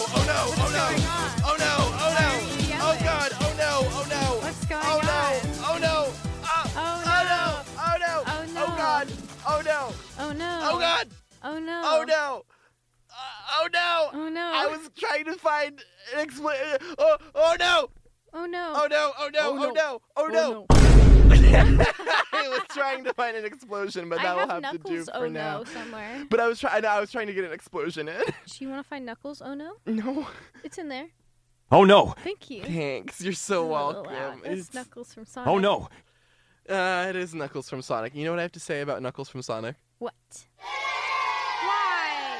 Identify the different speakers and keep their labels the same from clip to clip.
Speaker 1: Oh,
Speaker 2: Oh, Oh no.
Speaker 1: Oh no! Uh, oh no!
Speaker 2: Oh no.
Speaker 1: I was trying to find an explanation. Oh, oh no!
Speaker 2: Oh no.
Speaker 1: Oh no! Oh no!
Speaker 2: Oh,
Speaker 1: Oh no!
Speaker 2: no.
Speaker 1: Oh no! I was trying to find an explosion, but
Speaker 2: I
Speaker 1: that'll
Speaker 2: have,
Speaker 1: have, to do
Speaker 2: Knuckles
Speaker 1: for
Speaker 2: Oh
Speaker 1: now.
Speaker 2: no somewhere.
Speaker 1: But I was trying. I was trying to get an explosion in.
Speaker 2: Do you want to find Knuckles Oh no?
Speaker 1: No,
Speaker 2: It's in there.
Speaker 3: Oh no!
Speaker 2: Thank you.
Speaker 1: thanks. You're so
Speaker 2: That was a little
Speaker 1: welcome.
Speaker 2: loud. That's
Speaker 1: It's-
Speaker 2: Knuckles from Sonic.
Speaker 3: Oh no!
Speaker 1: Uh, it is Knuckles from Sonic. You know what I have to say about Knuckles from Sonic?
Speaker 2: What? Why?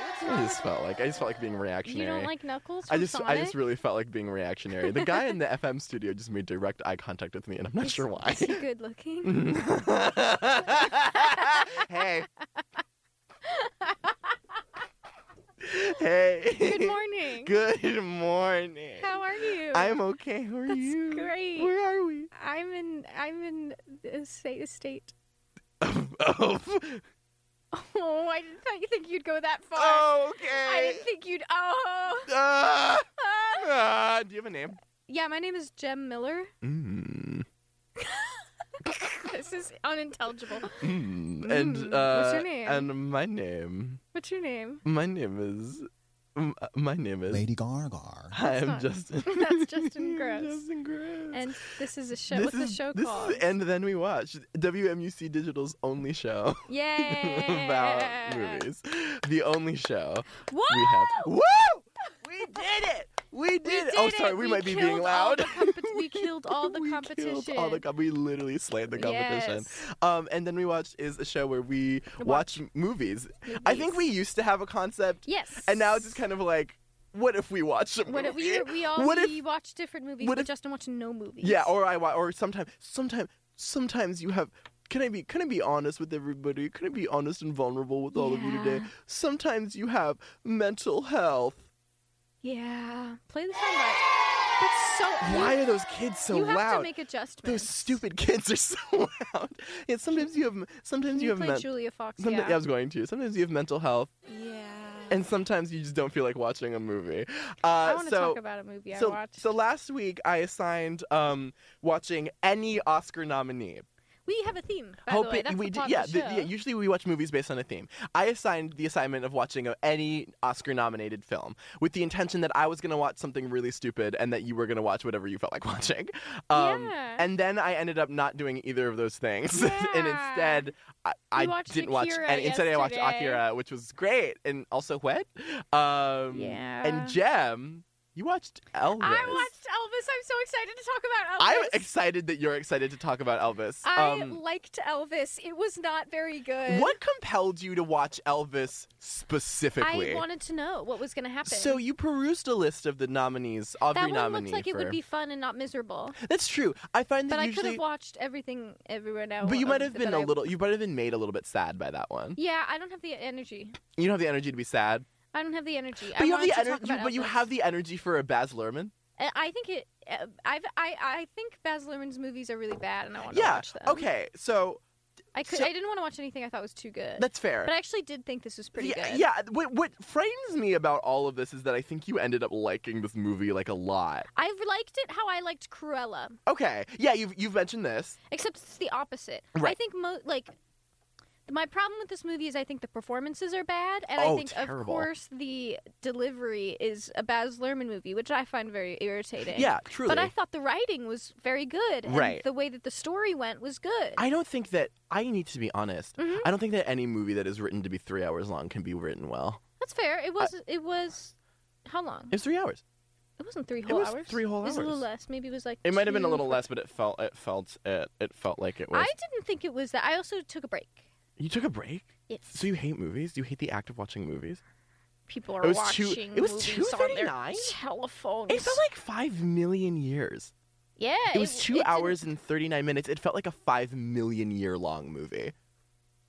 Speaker 2: What's
Speaker 1: I
Speaker 2: wrong
Speaker 1: just
Speaker 2: with-
Speaker 1: felt like I just felt like being
Speaker 2: You
Speaker 1: reactionary.
Speaker 2: don't like Knuckles from
Speaker 1: I just I
Speaker 2: Sonic?
Speaker 1: just really felt like being reactionary. The guy in the FM studio just made direct eye contact with me, and I'm not
Speaker 2: Is-
Speaker 1: sure why.
Speaker 2: Is he good looking?
Speaker 1: hey. hey.
Speaker 2: good morning.
Speaker 1: Good morning.
Speaker 2: How are you?
Speaker 1: I'm okay. How are
Speaker 2: That's
Speaker 1: you?
Speaker 2: great.
Speaker 1: Where are we?
Speaker 2: I'm in I'm in the state estate.
Speaker 1: oh,
Speaker 2: Oh, I didn't thought you think you'd go that far. I
Speaker 1: okay.
Speaker 2: didn't think you'd Oh
Speaker 1: Ah,
Speaker 2: Ah.
Speaker 1: ah, do you have a name?
Speaker 2: Yeah, my name is Jem Miller.
Speaker 1: Mm,
Speaker 2: This is unintelligible.
Speaker 1: mm, and
Speaker 2: Mm,
Speaker 1: uh,
Speaker 2: what's your name?
Speaker 1: And my name.
Speaker 2: What's your name?
Speaker 1: My name is. m- uh, My name is.
Speaker 4: Lady Gargar.
Speaker 1: Hi, I'm
Speaker 2: not-
Speaker 1: Justin.
Speaker 2: that's Justin Gross.
Speaker 1: Justin Gross.
Speaker 2: And this is a show.
Speaker 1: This
Speaker 2: What's the
Speaker 1: is-
Speaker 2: show
Speaker 1: this
Speaker 2: called?
Speaker 1: Is, and then we watched WMUC Digital's only show
Speaker 2: yeah. Eh.
Speaker 1: about movies. The only show
Speaker 2: Woo!
Speaker 1: we have. Woo! We did it! We did,
Speaker 2: We did
Speaker 1: it! Oh, sorry,
Speaker 2: it.
Speaker 1: we, might be being
Speaker 2: killed all
Speaker 1: loud.
Speaker 2: the compe- we killed all the
Speaker 1: We killed
Speaker 2: competition.
Speaker 1: all the com- we literally slayed the competition.
Speaker 2: Yes.
Speaker 1: Um, and then we watched is a show where we watch, movies. I think we
Speaker 2: Movies.
Speaker 1: used to have a concept,
Speaker 2: Yes.
Speaker 1: and now it's just kind of like, what if we watch a movie?
Speaker 2: What if we we all
Speaker 1: What if-
Speaker 2: we watch different movies,
Speaker 1: what
Speaker 2: but
Speaker 1: if-
Speaker 2: Justin watched no movies.
Speaker 1: Yeah, or I wa- or sometimes sometimes sometimes you have can I be can I be honest with everybody? Can I be honest and vulnerable with all of you today?
Speaker 2: Yeah.
Speaker 1: Sometimes you have mental health.
Speaker 2: yeah. Play the soundbite. That's so.
Speaker 1: Why
Speaker 2: you,
Speaker 1: are those kids so
Speaker 2: you have to
Speaker 1: loud?
Speaker 2: make adjustments.
Speaker 1: those stupid kids are so loud. Yeah, sometimes you have
Speaker 2: Can
Speaker 1: sometimes
Speaker 2: you,
Speaker 1: you have
Speaker 2: play
Speaker 1: men-
Speaker 2: Julia Fox.
Speaker 1: someti-
Speaker 2: yeah.
Speaker 1: I was going to. Sometimes you have mental health,
Speaker 2: Yeah.
Speaker 1: and sometimes you just don't feel like watching a movie. Uh,
Speaker 2: I want to
Speaker 1: so
Speaker 2: talk about a movie I
Speaker 1: so
Speaker 2: watched.
Speaker 1: so last week I assigned um, watching any Oscar nominee.
Speaker 2: we have a theme. By
Speaker 1: Hope
Speaker 2: the way.
Speaker 1: it-
Speaker 2: That's
Speaker 1: we
Speaker 2: the
Speaker 1: do-
Speaker 2: plot of
Speaker 1: yeah,
Speaker 2: the
Speaker 1: the-
Speaker 2: show.
Speaker 1: yeah. Usually we watch movies based on a theme. I assigned the assignment of watching a, any Oscar-nominated film with the intention that I was going to watch something really stupid and that you were going to watch whatever you felt like watching.
Speaker 2: Yeah.
Speaker 1: um, And then I ended up not doing either of those things, and
Speaker 2: Yeah.
Speaker 1: instead I, I
Speaker 2: watched
Speaker 1: didn't watch.
Speaker 2: Akira
Speaker 1: And instead I watched
Speaker 2: yesterday.
Speaker 1: Akira, which was great, and also wet. Um,
Speaker 2: Yeah.
Speaker 1: And Jem, you watched Elvis.
Speaker 2: I watched Elvis. I'm so excited to talk about Elvis.
Speaker 1: I'm excited that you're excited to talk about Elvis.
Speaker 2: I
Speaker 1: Um,
Speaker 2: liked Elvis. It was not very good.
Speaker 1: What compelled you to watch Elvis specifically?
Speaker 2: I wanted to know what was going to happen.
Speaker 1: so you perused a list of the nominees, Aubrey
Speaker 2: that one
Speaker 1: nominee.
Speaker 2: looks like it
Speaker 1: for-
Speaker 2: would be fun and not miserable.
Speaker 1: That's true. I find that
Speaker 2: But I could
Speaker 1: usually.
Speaker 2: have watched everything everywhere now.
Speaker 1: but you
Speaker 2: um,
Speaker 1: might have been
Speaker 2: that
Speaker 1: a
Speaker 2: I-
Speaker 1: little. You might have been made a little bit sad by that one.
Speaker 2: Yeah, I don't have the energy.
Speaker 1: You don't have the energy to be sad.
Speaker 2: I don't have the energy.
Speaker 1: But
Speaker 2: I
Speaker 1: you have
Speaker 2: wanted
Speaker 1: the
Speaker 2: to talk
Speaker 1: energy.
Speaker 2: about
Speaker 1: But you
Speaker 2: Elvis.
Speaker 1: have the energy for a Baz Luhrmann.
Speaker 2: And I think it. uh, I've, I I think Baz Luhrmann's movies are really bad, and I want to
Speaker 1: yeah.
Speaker 2: watch them.
Speaker 1: Okay. So
Speaker 2: I could.
Speaker 1: so-
Speaker 2: I didn't want to watch anything I thought was too good.
Speaker 1: that's fair.
Speaker 2: uh, but I actually did think this was pretty
Speaker 1: yeah,
Speaker 2: good.
Speaker 1: yeah. What what frames me about all of this is that I think you ended up liking this movie like a lot.
Speaker 2: I've liked it how I liked Cruella,
Speaker 1: Okay. Yeah. You've you've mentioned this.
Speaker 2: except it's the opposite. I
Speaker 1: Right.
Speaker 2: think mo- like my problem with this movie is I think the performances are bad, and I
Speaker 1: Oh,
Speaker 2: think of
Speaker 1: terrible.
Speaker 2: course the delivery is a Baz Luhrmann movie, which I find very irritating.
Speaker 1: Yeah. Truly.
Speaker 2: But I thought the writing was very good, and
Speaker 1: Right.
Speaker 2: the way that the story went was good.
Speaker 1: I don't think that I need to be honest.
Speaker 2: Mhm.
Speaker 1: I don't think that any movie that is written to be three hours long can be written well.
Speaker 2: That's fair. It was. it was. How long?
Speaker 1: It was three hours.
Speaker 2: It wasn't three whole
Speaker 1: was
Speaker 2: hours.
Speaker 1: three whole
Speaker 2: It was a little
Speaker 1: hours.
Speaker 2: less. Maybe it was like.
Speaker 1: It might have been a
Speaker 2: two-
Speaker 1: little less, but it felt it felt it it felt like it was.
Speaker 2: I didn't think it was that. I also took a break.
Speaker 1: You took a break.
Speaker 2: Yes.
Speaker 1: So you hate movies? You hate the act of watching movies?
Speaker 2: people are
Speaker 1: It was two-
Speaker 2: watching
Speaker 1: it was
Speaker 2: movies on their
Speaker 1: 2:39?
Speaker 2: telephones.
Speaker 1: It felt like five million years.
Speaker 2: yeah,
Speaker 1: It was two
Speaker 2: didn't-
Speaker 1: hours and thirty nine minutes. It felt like a five million year long movie,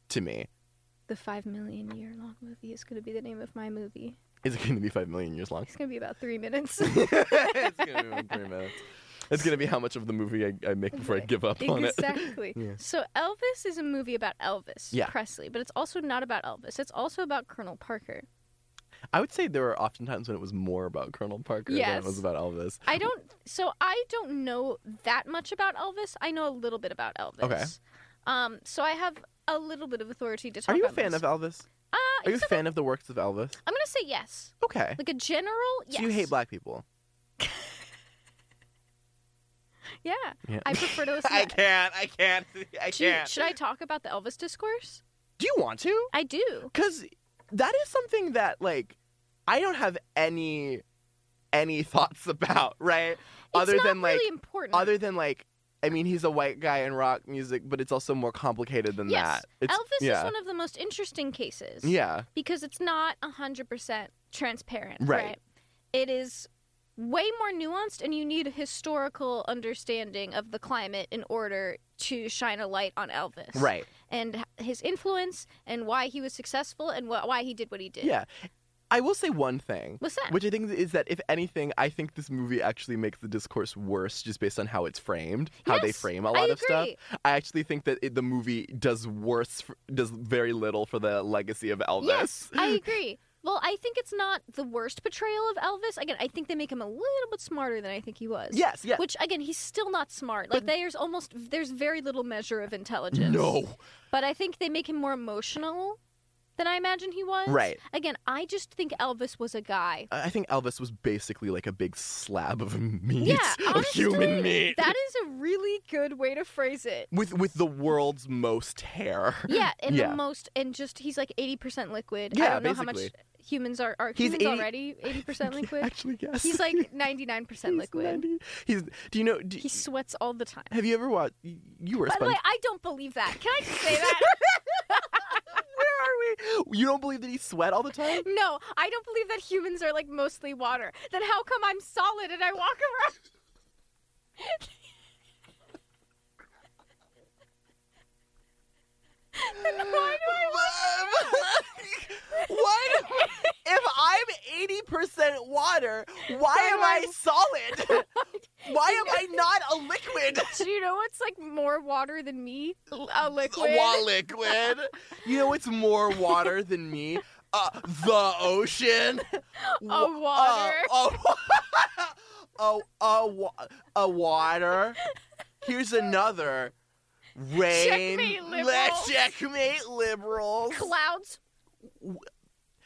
Speaker 1: to me.
Speaker 2: The five million year long movie is going to be the name of my movie.
Speaker 1: Is it going to be five million years long?
Speaker 2: It's going to be about three minutes.
Speaker 1: it's going to be about three minutes. It's going to be how much of the movie I, I make before I give up on it.
Speaker 2: exactly.
Speaker 1: Yeah.
Speaker 2: So Elvis is a movie about Elvis
Speaker 1: Yeah.
Speaker 2: Presley, but it's also not about Elvis. It's also about Colonel Parker.
Speaker 1: I would say there were often times when it was more about Colonel Parker than
Speaker 2: Yes.
Speaker 1: it was about Elvis.
Speaker 2: I don't. So I don't know that much about Elvis. I know a little bit about Elvis.
Speaker 1: Okay.
Speaker 2: Um. So I have a little bit of authority to talk.
Speaker 1: Are you a
Speaker 2: on
Speaker 1: fan
Speaker 2: this.
Speaker 1: of Elvis?
Speaker 2: Uh,
Speaker 1: Are you a
Speaker 2: said-
Speaker 1: fan of the works of Elvis?
Speaker 2: I'm gonna say yes.
Speaker 1: Okay.
Speaker 2: Like a general yes.
Speaker 1: So you hate black people?
Speaker 2: Yeah.
Speaker 1: Yeah.
Speaker 2: I prefer to listen.
Speaker 3: I
Speaker 2: to
Speaker 3: can't. I can't. I
Speaker 2: Do you-
Speaker 3: can't.
Speaker 2: should I talk about the Elvis discourse?
Speaker 1: Do you want to?
Speaker 2: I do.
Speaker 1: Because that is something that like I don't have any any thoughts about, right? other
Speaker 2: it's not
Speaker 1: than like
Speaker 2: really important.
Speaker 1: other than like I mean he's a white guy in rock music, but it's also more complicated than
Speaker 2: Yes.
Speaker 1: that. It's,
Speaker 2: Elvis
Speaker 1: yeah.
Speaker 2: is one of the most interesting cases.
Speaker 1: Yeah.
Speaker 2: Because it's not hundred percent transparent.
Speaker 1: Right.
Speaker 2: Right. It is way more nuanced and you need a historical understanding of the climate in order to shine a light on Elvis.
Speaker 1: Right.
Speaker 2: And h- his influence and why he was successful and wh- why he did what he did.
Speaker 1: Yeah. I will say one thing.
Speaker 2: What's that?
Speaker 1: Which I think is that if anything, I think this movie actually makes the discourse worse just based on how it's framed, how they
Speaker 2: Yes,
Speaker 1: frame a
Speaker 2: I
Speaker 1: lot of stuff.
Speaker 2: agree.
Speaker 1: I actually think that it, the movie does worse, f does very little for the legacy of Elvis.
Speaker 2: Yes, I agree. Well, I think it's not the worst portrayal of Elvis. Again, I think they make him a little bit smarter than I think he was.
Speaker 1: Yes, yes.
Speaker 2: Which again, he's still not smart. Like there's almost there's very little measure of intelligence.
Speaker 1: No.
Speaker 2: But I think they make him more emotional than I imagine he was.
Speaker 1: Right.
Speaker 2: Again, I just think Elvis was a guy.
Speaker 1: I I think Elvis was basically like a big slab of meat,
Speaker 2: yeah,
Speaker 1: of
Speaker 2: honestly,
Speaker 1: human meat,
Speaker 2: That is a really good way to phrase it.
Speaker 1: with with the world's most hair.
Speaker 2: Yeah, and
Speaker 1: Yeah.
Speaker 2: the most and just he's like eighty percent liquid. I
Speaker 1: Yeah,
Speaker 2: don't know how much
Speaker 1: basically.
Speaker 2: humans are are
Speaker 1: He's
Speaker 2: humans
Speaker 1: 80
Speaker 2: already eighty percent liquid.
Speaker 1: Actually, yes.
Speaker 2: He's like 99%
Speaker 1: He's
Speaker 2: liquid.
Speaker 1: 90 He's. Do you know? Do,
Speaker 2: He sweats all the time.
Speaker 1: have you ever watched? You were a
Speaker 2: By the
Speaker 1: sponge.
Speaker 2: way, I don't believe that. Can I just say that?
Speaker 1: Where are we? You don't believe that he sweat all the time?
Speaker 2: no, I don't believe that humans are like mostly water. Then how come I'm solid and I walk around? Then why do I walk-
Speaker 1: what? If I'm eighty percent water, why am I solid? Why am I not a liquid?
Speaker 2: Do you know what's like more water than me? A liquid.
Speaker 1: Wa liquid. You know what's more water than me? Uh, the ocean. Wa-
Speaker 2: A water.
Speaker 1: Uh, a, a, a, wa- a water. Here's another. Rain.
Speaker 2: Checkmate,
Speaker 1: Let's
Speaker 2: liberals.
Speaker 1: checkmate liberals.
Speaker 2: Clouds.
Speaker 1: Uh, W-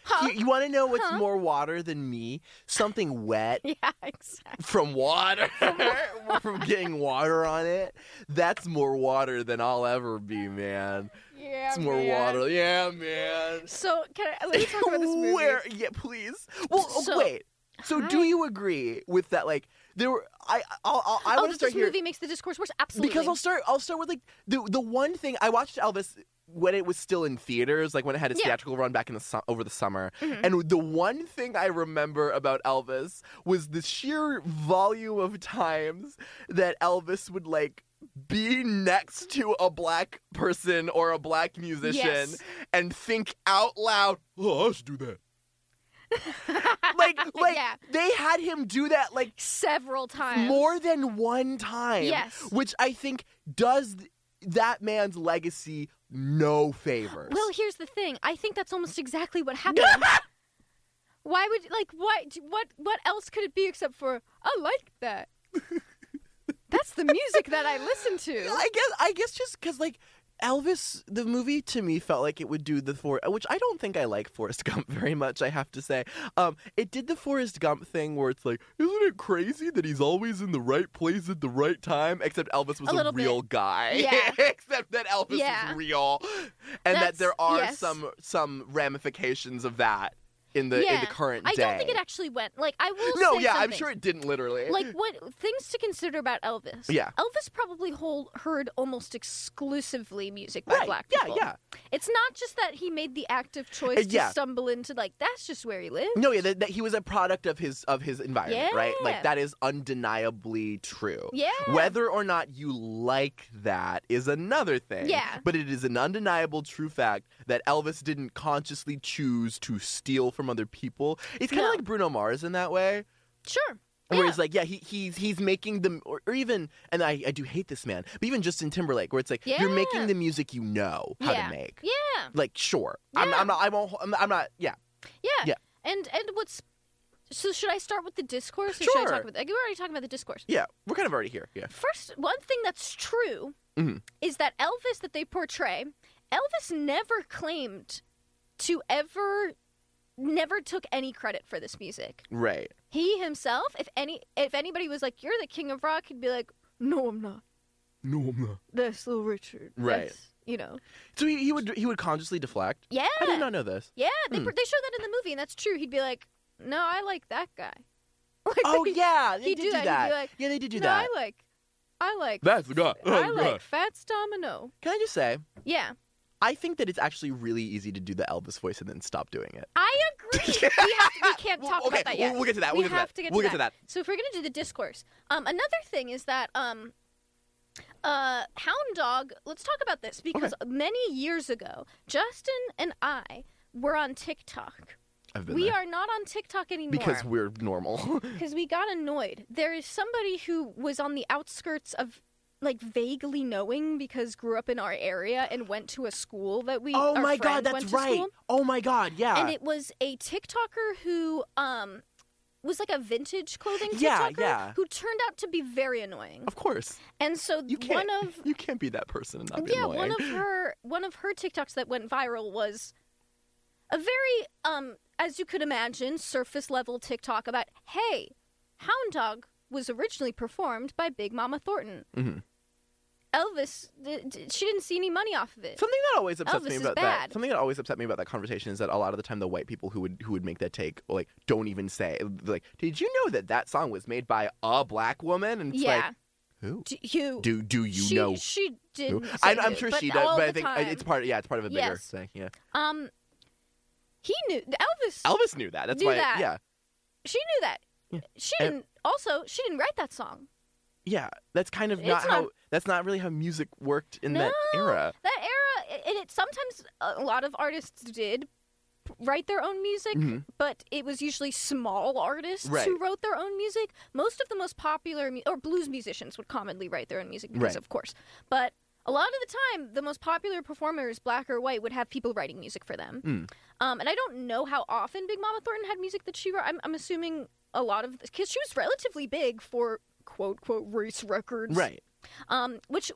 Speaker 2: Huh?
Speaker 1: You, want to know what's
Speaker 2: Huh?
Speaker 1: more water than me? Something wet
Speaker 2: Yeah, exactly.
Speaker 1: from water, from getting water on it. That's more water than I'll ever be, man.
Speaker 2: Yeah.
Speaker 1: It's more
Speaker 2: man.
Speaker 1: water. Yeah, man.
Speaker 2: So can I let me talk about this movie?
Speaker 1: Where? Yeah, please. Well, oh,
Speaker 2: So-
Speaker 1: wait. So, do
Speaker 2: Hi.
Speaker 1: you agree with that? Like, there were. I. I'll. I'll I
Speaker 2: oh,
Speaker 1: want
Speaker 2: that
Speaker 1: to start
Speaker 2: this
Speaker 1: here
Speaker 2: movie makes the discourse worse. Absolutely.
Speaker 1: because I'll start. I'll start with like the the one thing I watched Elvis when it was still in theaters, like when it had its
Speaker 2: Yeah.
Speaker 1: theatrical run back in the su- over the summer.
Speaker 2: Mhm.
Speaker 1: And the one thing I remember about Elvis was the sheer volume of times that Elvis would like be next to a black person or a black musician
Speaker 2: Yes.
Speaker 1: and think out loud, "Oh, I should do that." like, like
Speaker 2: Yeah.
Speaker 1: they had him do that like
Speaker 2: several times.
Speaker 1: more than one time.
Speaker 2: Yes.
Speaker 1: Which I think does th- that man's legacy no favors.
Speaker 2: Well, here's the thing. I think that's almost exactly what happened. Why would like what what what else could it be except for I like that. that's the music that I listen to.
Speaker 1: I guess I guess just because like Elvis, the movie to me felt like it would do the for which I don't think I like Forrest Gump very much. I have to say, um, it did the Forrest Gump thing where it's like, isn't it crazy that he's always in the right place at the right time? Except Elvis was
Speaker 2: A
Speaker 1: a,
Speaker 2: little
Speaker 1: real guy.
Speaker 2: Yeah.
Speaker 1: Except that Elvis
Speaker 2: Yeah.
Speaker 1: is real, and that
Speaker 2: That's-
Speaker 1: there are
Speaker 2: yes.
Speaker 1: some some ramifications of that in the in
Speaker 2: Yeah.
Speaker 1: the current
Speaker 2: I
Speaker 1: day.
Speaker 2: don't think it actually went like I will
Speaker 1: no,
Speaker 2: say
Speaker 1: yeah, I'm
Speaker 2: something.
Speaker 1: sure it didn't literally.
Speaker 2: like what things to consider about Elvis.
Speaker 1: Yeah.
Speaker 2: Elvis probably whole, heard almost exclusively music by
Speaker 1: right.
Speaker 2: black
Speaker 1: yeah,
Speaker 2: people.
Speaker 1: yeah. Uh,
Speaker 2: It's not just that he made the active choice
Speaker 1: yeah.
Speaker 2: to stumble into like that's just where he lived.
Speaker 1: No, yeah, that, that he was a product of his of his environment, right? Like
Speaker 2: Yeah.
Speaker 1: that is undeniably true.
Speaker 2: Yeah.
Speaker 1: Whether or not you like that is another thing.
Speaker 2: Yeah.
Speaker 1: But it is an undeniable true fact that Elvis didn't consciously choose to steal from other people. It's kind of
Speaker 2: No.
Speaker 1: like Bruno Mars in that way.
Speaker 2: Sure.
Speaker 1: Where
Speaker 2: Yeah.
Speaker 1: he's like, yeah, he, he's he's making the or, or even and I, I do hate this man, but even Justin Timberlake, where it's like you're making
Speaker 2: Yeah.
Speaker 1: the music you know how
Speaker 2: Yeah.
Speaker 1: to make.
Speaker 2: yeah.
Speaker 1: Like sure, I'm,
Speaker 2: Yeah.
Speaker 1: I'm not I won't I'm not, I'm not yeah
Speaker 2: Yeah.
Speaker 1: Yeah.
Speaker 2: And and what's so should I start with the discourse or should I
Speaker 1: Sure.
Speaker 2: talk about like, we're already talking about the discourse.
Speaker 1: yeah we're kind of already here yeah
Speaker 2: First one thing that's true
Speaker 1: Mhm.
Speaker 2: is that Elvis that they portray, Elvis never claimed to ever never took any credit for this music.
Speaker 1: Right.
Speaker 2: He himself, if any if anybody was like, You're the king of rock, he'd be like, No, I'm not.
Speaker 1: No, I'm not.
Speaker 2: That's Little Richard.
Speaker 1: Right.
Speaker 2: That's, you know.
Speaker 1: So he, he would he would consciously deflect.
Speaker 2: Yeah.
Speaker 1: I did not know this.
Speaker 2: Yeah, they,
Speaker 1: Hmm.
Speaker 2: pr they show that in the movie, and that's true. He'd be like, "No, I like that guy." Like,
Speaker 1: Oh
Speaker 2: they-
Speaker 1: yeah, they
Speaker 2: he'd
Speaker 1: did
Speaker 2: do
Speaker 1: do
Speaker 2: that, he'd
Speaker 1: that.
Speaker 2: be like,
Speaker 1: yeah, they did do
Speaker 2: no,
Speaker 1: that.
Speaker 2: I like, I like,
Speaker 1: That's the guy.
Speaker 2: I like Fats Domino.
Speaker 1: Can I just say,
Speaker 2: Yeah,
Speaker 1: I think that it's actually really easy to do the Elvis voice and then stop doing it.
Speaker 2: I agree. we, have to, we can't
Speaker 1: Well,
Speaker 2: talk
Speaker 1: okay,
Speaker 2: about that
Speaker 1: we'll-
Speaker 2: yet.
Speaker 1: We'll get to that.
Speaker 2: We
Speaker 1: We'll get to
Speaker 2: have
Speaker 1: that.
Speaker 2: to get to
Speaker 1: we'll
Speaker 2: that.
Speaker 1: get to that.
Speaker 2: So if we're gonna do the discourse, um, another thing is that um, uh, Hound Dog. Let's talk about this because many years ago, Justin and I were on TikTok.
Speaker 1: I've been
Speaker 2: We
Speaker 1: there.
Speaker 2: are not on TikTok anymore
Speaker 1: because we're normal.
Speaker 2: because we got annoyed. There is somebody who was on the outskirts of like vaguely knowing because grew up in our area and went to a school that we
Speaker 1: oh
Speaker 2: our
Speaker 1: my god,
Speaker 2: friend
Speaker 1: that's
Speaker 2: went to
Speaker 1: right.
Speaker 2: school.
Speaker 1: Oh my god, yeah.
Speaker 2: And it was a TikToker who um was like a vintage clothing TikToker
Speaker 1: Yeah, yeah.
Speaker 2: who turned out to be very annoying.
Speaker 1: of course,
Speaker 2: And so
Speaker 1: you
Speaker 2: one
Speaker 1: can't.
Speaker 2: of
Speaker 1: you can't be that person and not be
Speaker 2: yeah,
Speaker 1: annoying.
Speaker 2: one of her one of her TikToks that went viral was a very um as you could imagine surface level TikTok about hey, Hound Dog was originally performed by Big Mama Thornton.
Speaker 1: Mhm.
Speaker 2: Elvis, th- d- she didn't see any money off of it.
Speaker 1: Something that always upsets
Speaker 2: Elvis
Speaker 1: me
Speaker 2: is
Speaker 1: about
Speaker 2: bad.
Speaker 1: that. Something that always upset me about that conversation is that a lot of the time the white people who would who would make that take like don't even say like Did you know that that song was made by a black woman? And it's
Speaker 2: yeah,
Speaker 1: like who
Speaker 2: d- you.
Speaker 1: do do you
Speaker 2: she,
Speaker 1: know?
Speaker 2: She
Speaker 1: who?
Speaker 2: did.
Speaker 1: I, I'm sure she does, but I think
Speaker 2: time,
Speaker 1: it's part. Yeah, it's part of a bigger
Speaker 2: Yes.
Speaker 1: thing. Yeah,
Speaker 2: um. He knew Elvis.
Speaker 1: Elvis knew that. That's
Speaker 2: Knew
Speaker 1: why.
Speaker 2: that.
Speaker 1: Yeah,
Speaker 2: she knew that.
Speaker 1: Yeah.
Speaker 2: She
Speaker 1: And-
Speaker 2: didn't. Also, she didn't write that song.
Speaker 1: yeah. That's kind of
Speaker 2: It's
Speaker 1: not
Speaker 2: not-
Speaker 1: how. That's not really how music worked in that
Speaker 2: No.
Speaker 1: era.
Speaker 2: that era and it sometimes a lot of artists did write their own music
Speaker 1: Mhm.
Speaker 2: but it was usually small artists who
Speaker 1: Right.
Speaker 2: wrote their own music most of the most popular mu- or blues musicians would commonly write their own music because
Speaker 1: Right.
Speaker 2: of course but a lot of the time the most popular performers black or white would have people writing music for them
Speaker 1: Mm.
Speaker 2: um, and i don't know how often big mama thornton had music that she wrote i'm, I'm assuming a lot of because she was relatively big for quote quote race records
Speaker 1: Right.
Speaker 2: um, which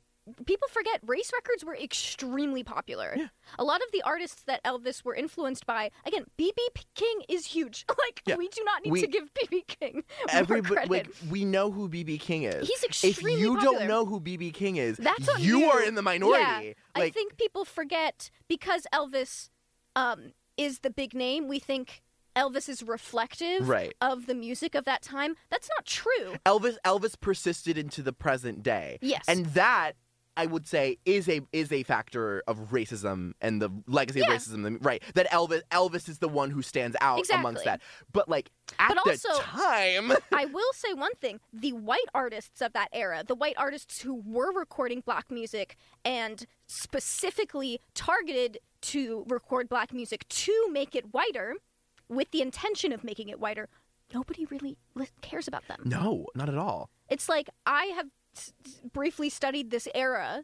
Speaker 2: people forget race records were extremely popular
Speaker 1: Yeah.
Speaker 2: a lot of the artists that elvis were influenced by again bb P- king is huge like
Speaker 1: Yeah,
Speaker 2: we do not need
Speaker 1: we-
Speaker 2: to give bb king more
Speaker 1: Everybody,
Speaker 2: credit.
Speaker 1: like we know who BB King is.
Speaker 2: he's
Speaker 1: if
Speaker 2: extremely
Speaker 1: you
Speaker 2: popular.
Speaker 1: don't know who BB King is,
Speaker 2: That's on
Speaker 1: you
Speaker 2: you.
Speaker 1: are in the minority.
Speaker 2: i
Speaker 1: like
Speaker 2: think people forget because elvis um, is the big name we think elvis is reflective
Speaker 1: Right.
Speaker 2: of the music of that time that's not true
Speaker 1: Elvis Elvis persisted into the present day.
Speaker 2: yes
Speaker 1: And that I would say is a is a factor of racism and the legacy
Speaker 2: Yeah.
Speaker 1: of racism. Right. That Elvis Elvis is the one who stands out
Speaker 2: Exactly.
Speaker 1: amongst that. But like at
Speaker 2: But
Speaker 1: the
Speaker 2: also-
Speaker 1: time
Speaker 2: I will say one thing: the white artists of that era, the white artists who were recording black music and specifically targeted to record black music to make it whiter, with the intention of making it whiter, nobody really li- cares about them.
Speaker 1: No, not at all.
Speaker 2: It's like I have s- s- briefly studied this era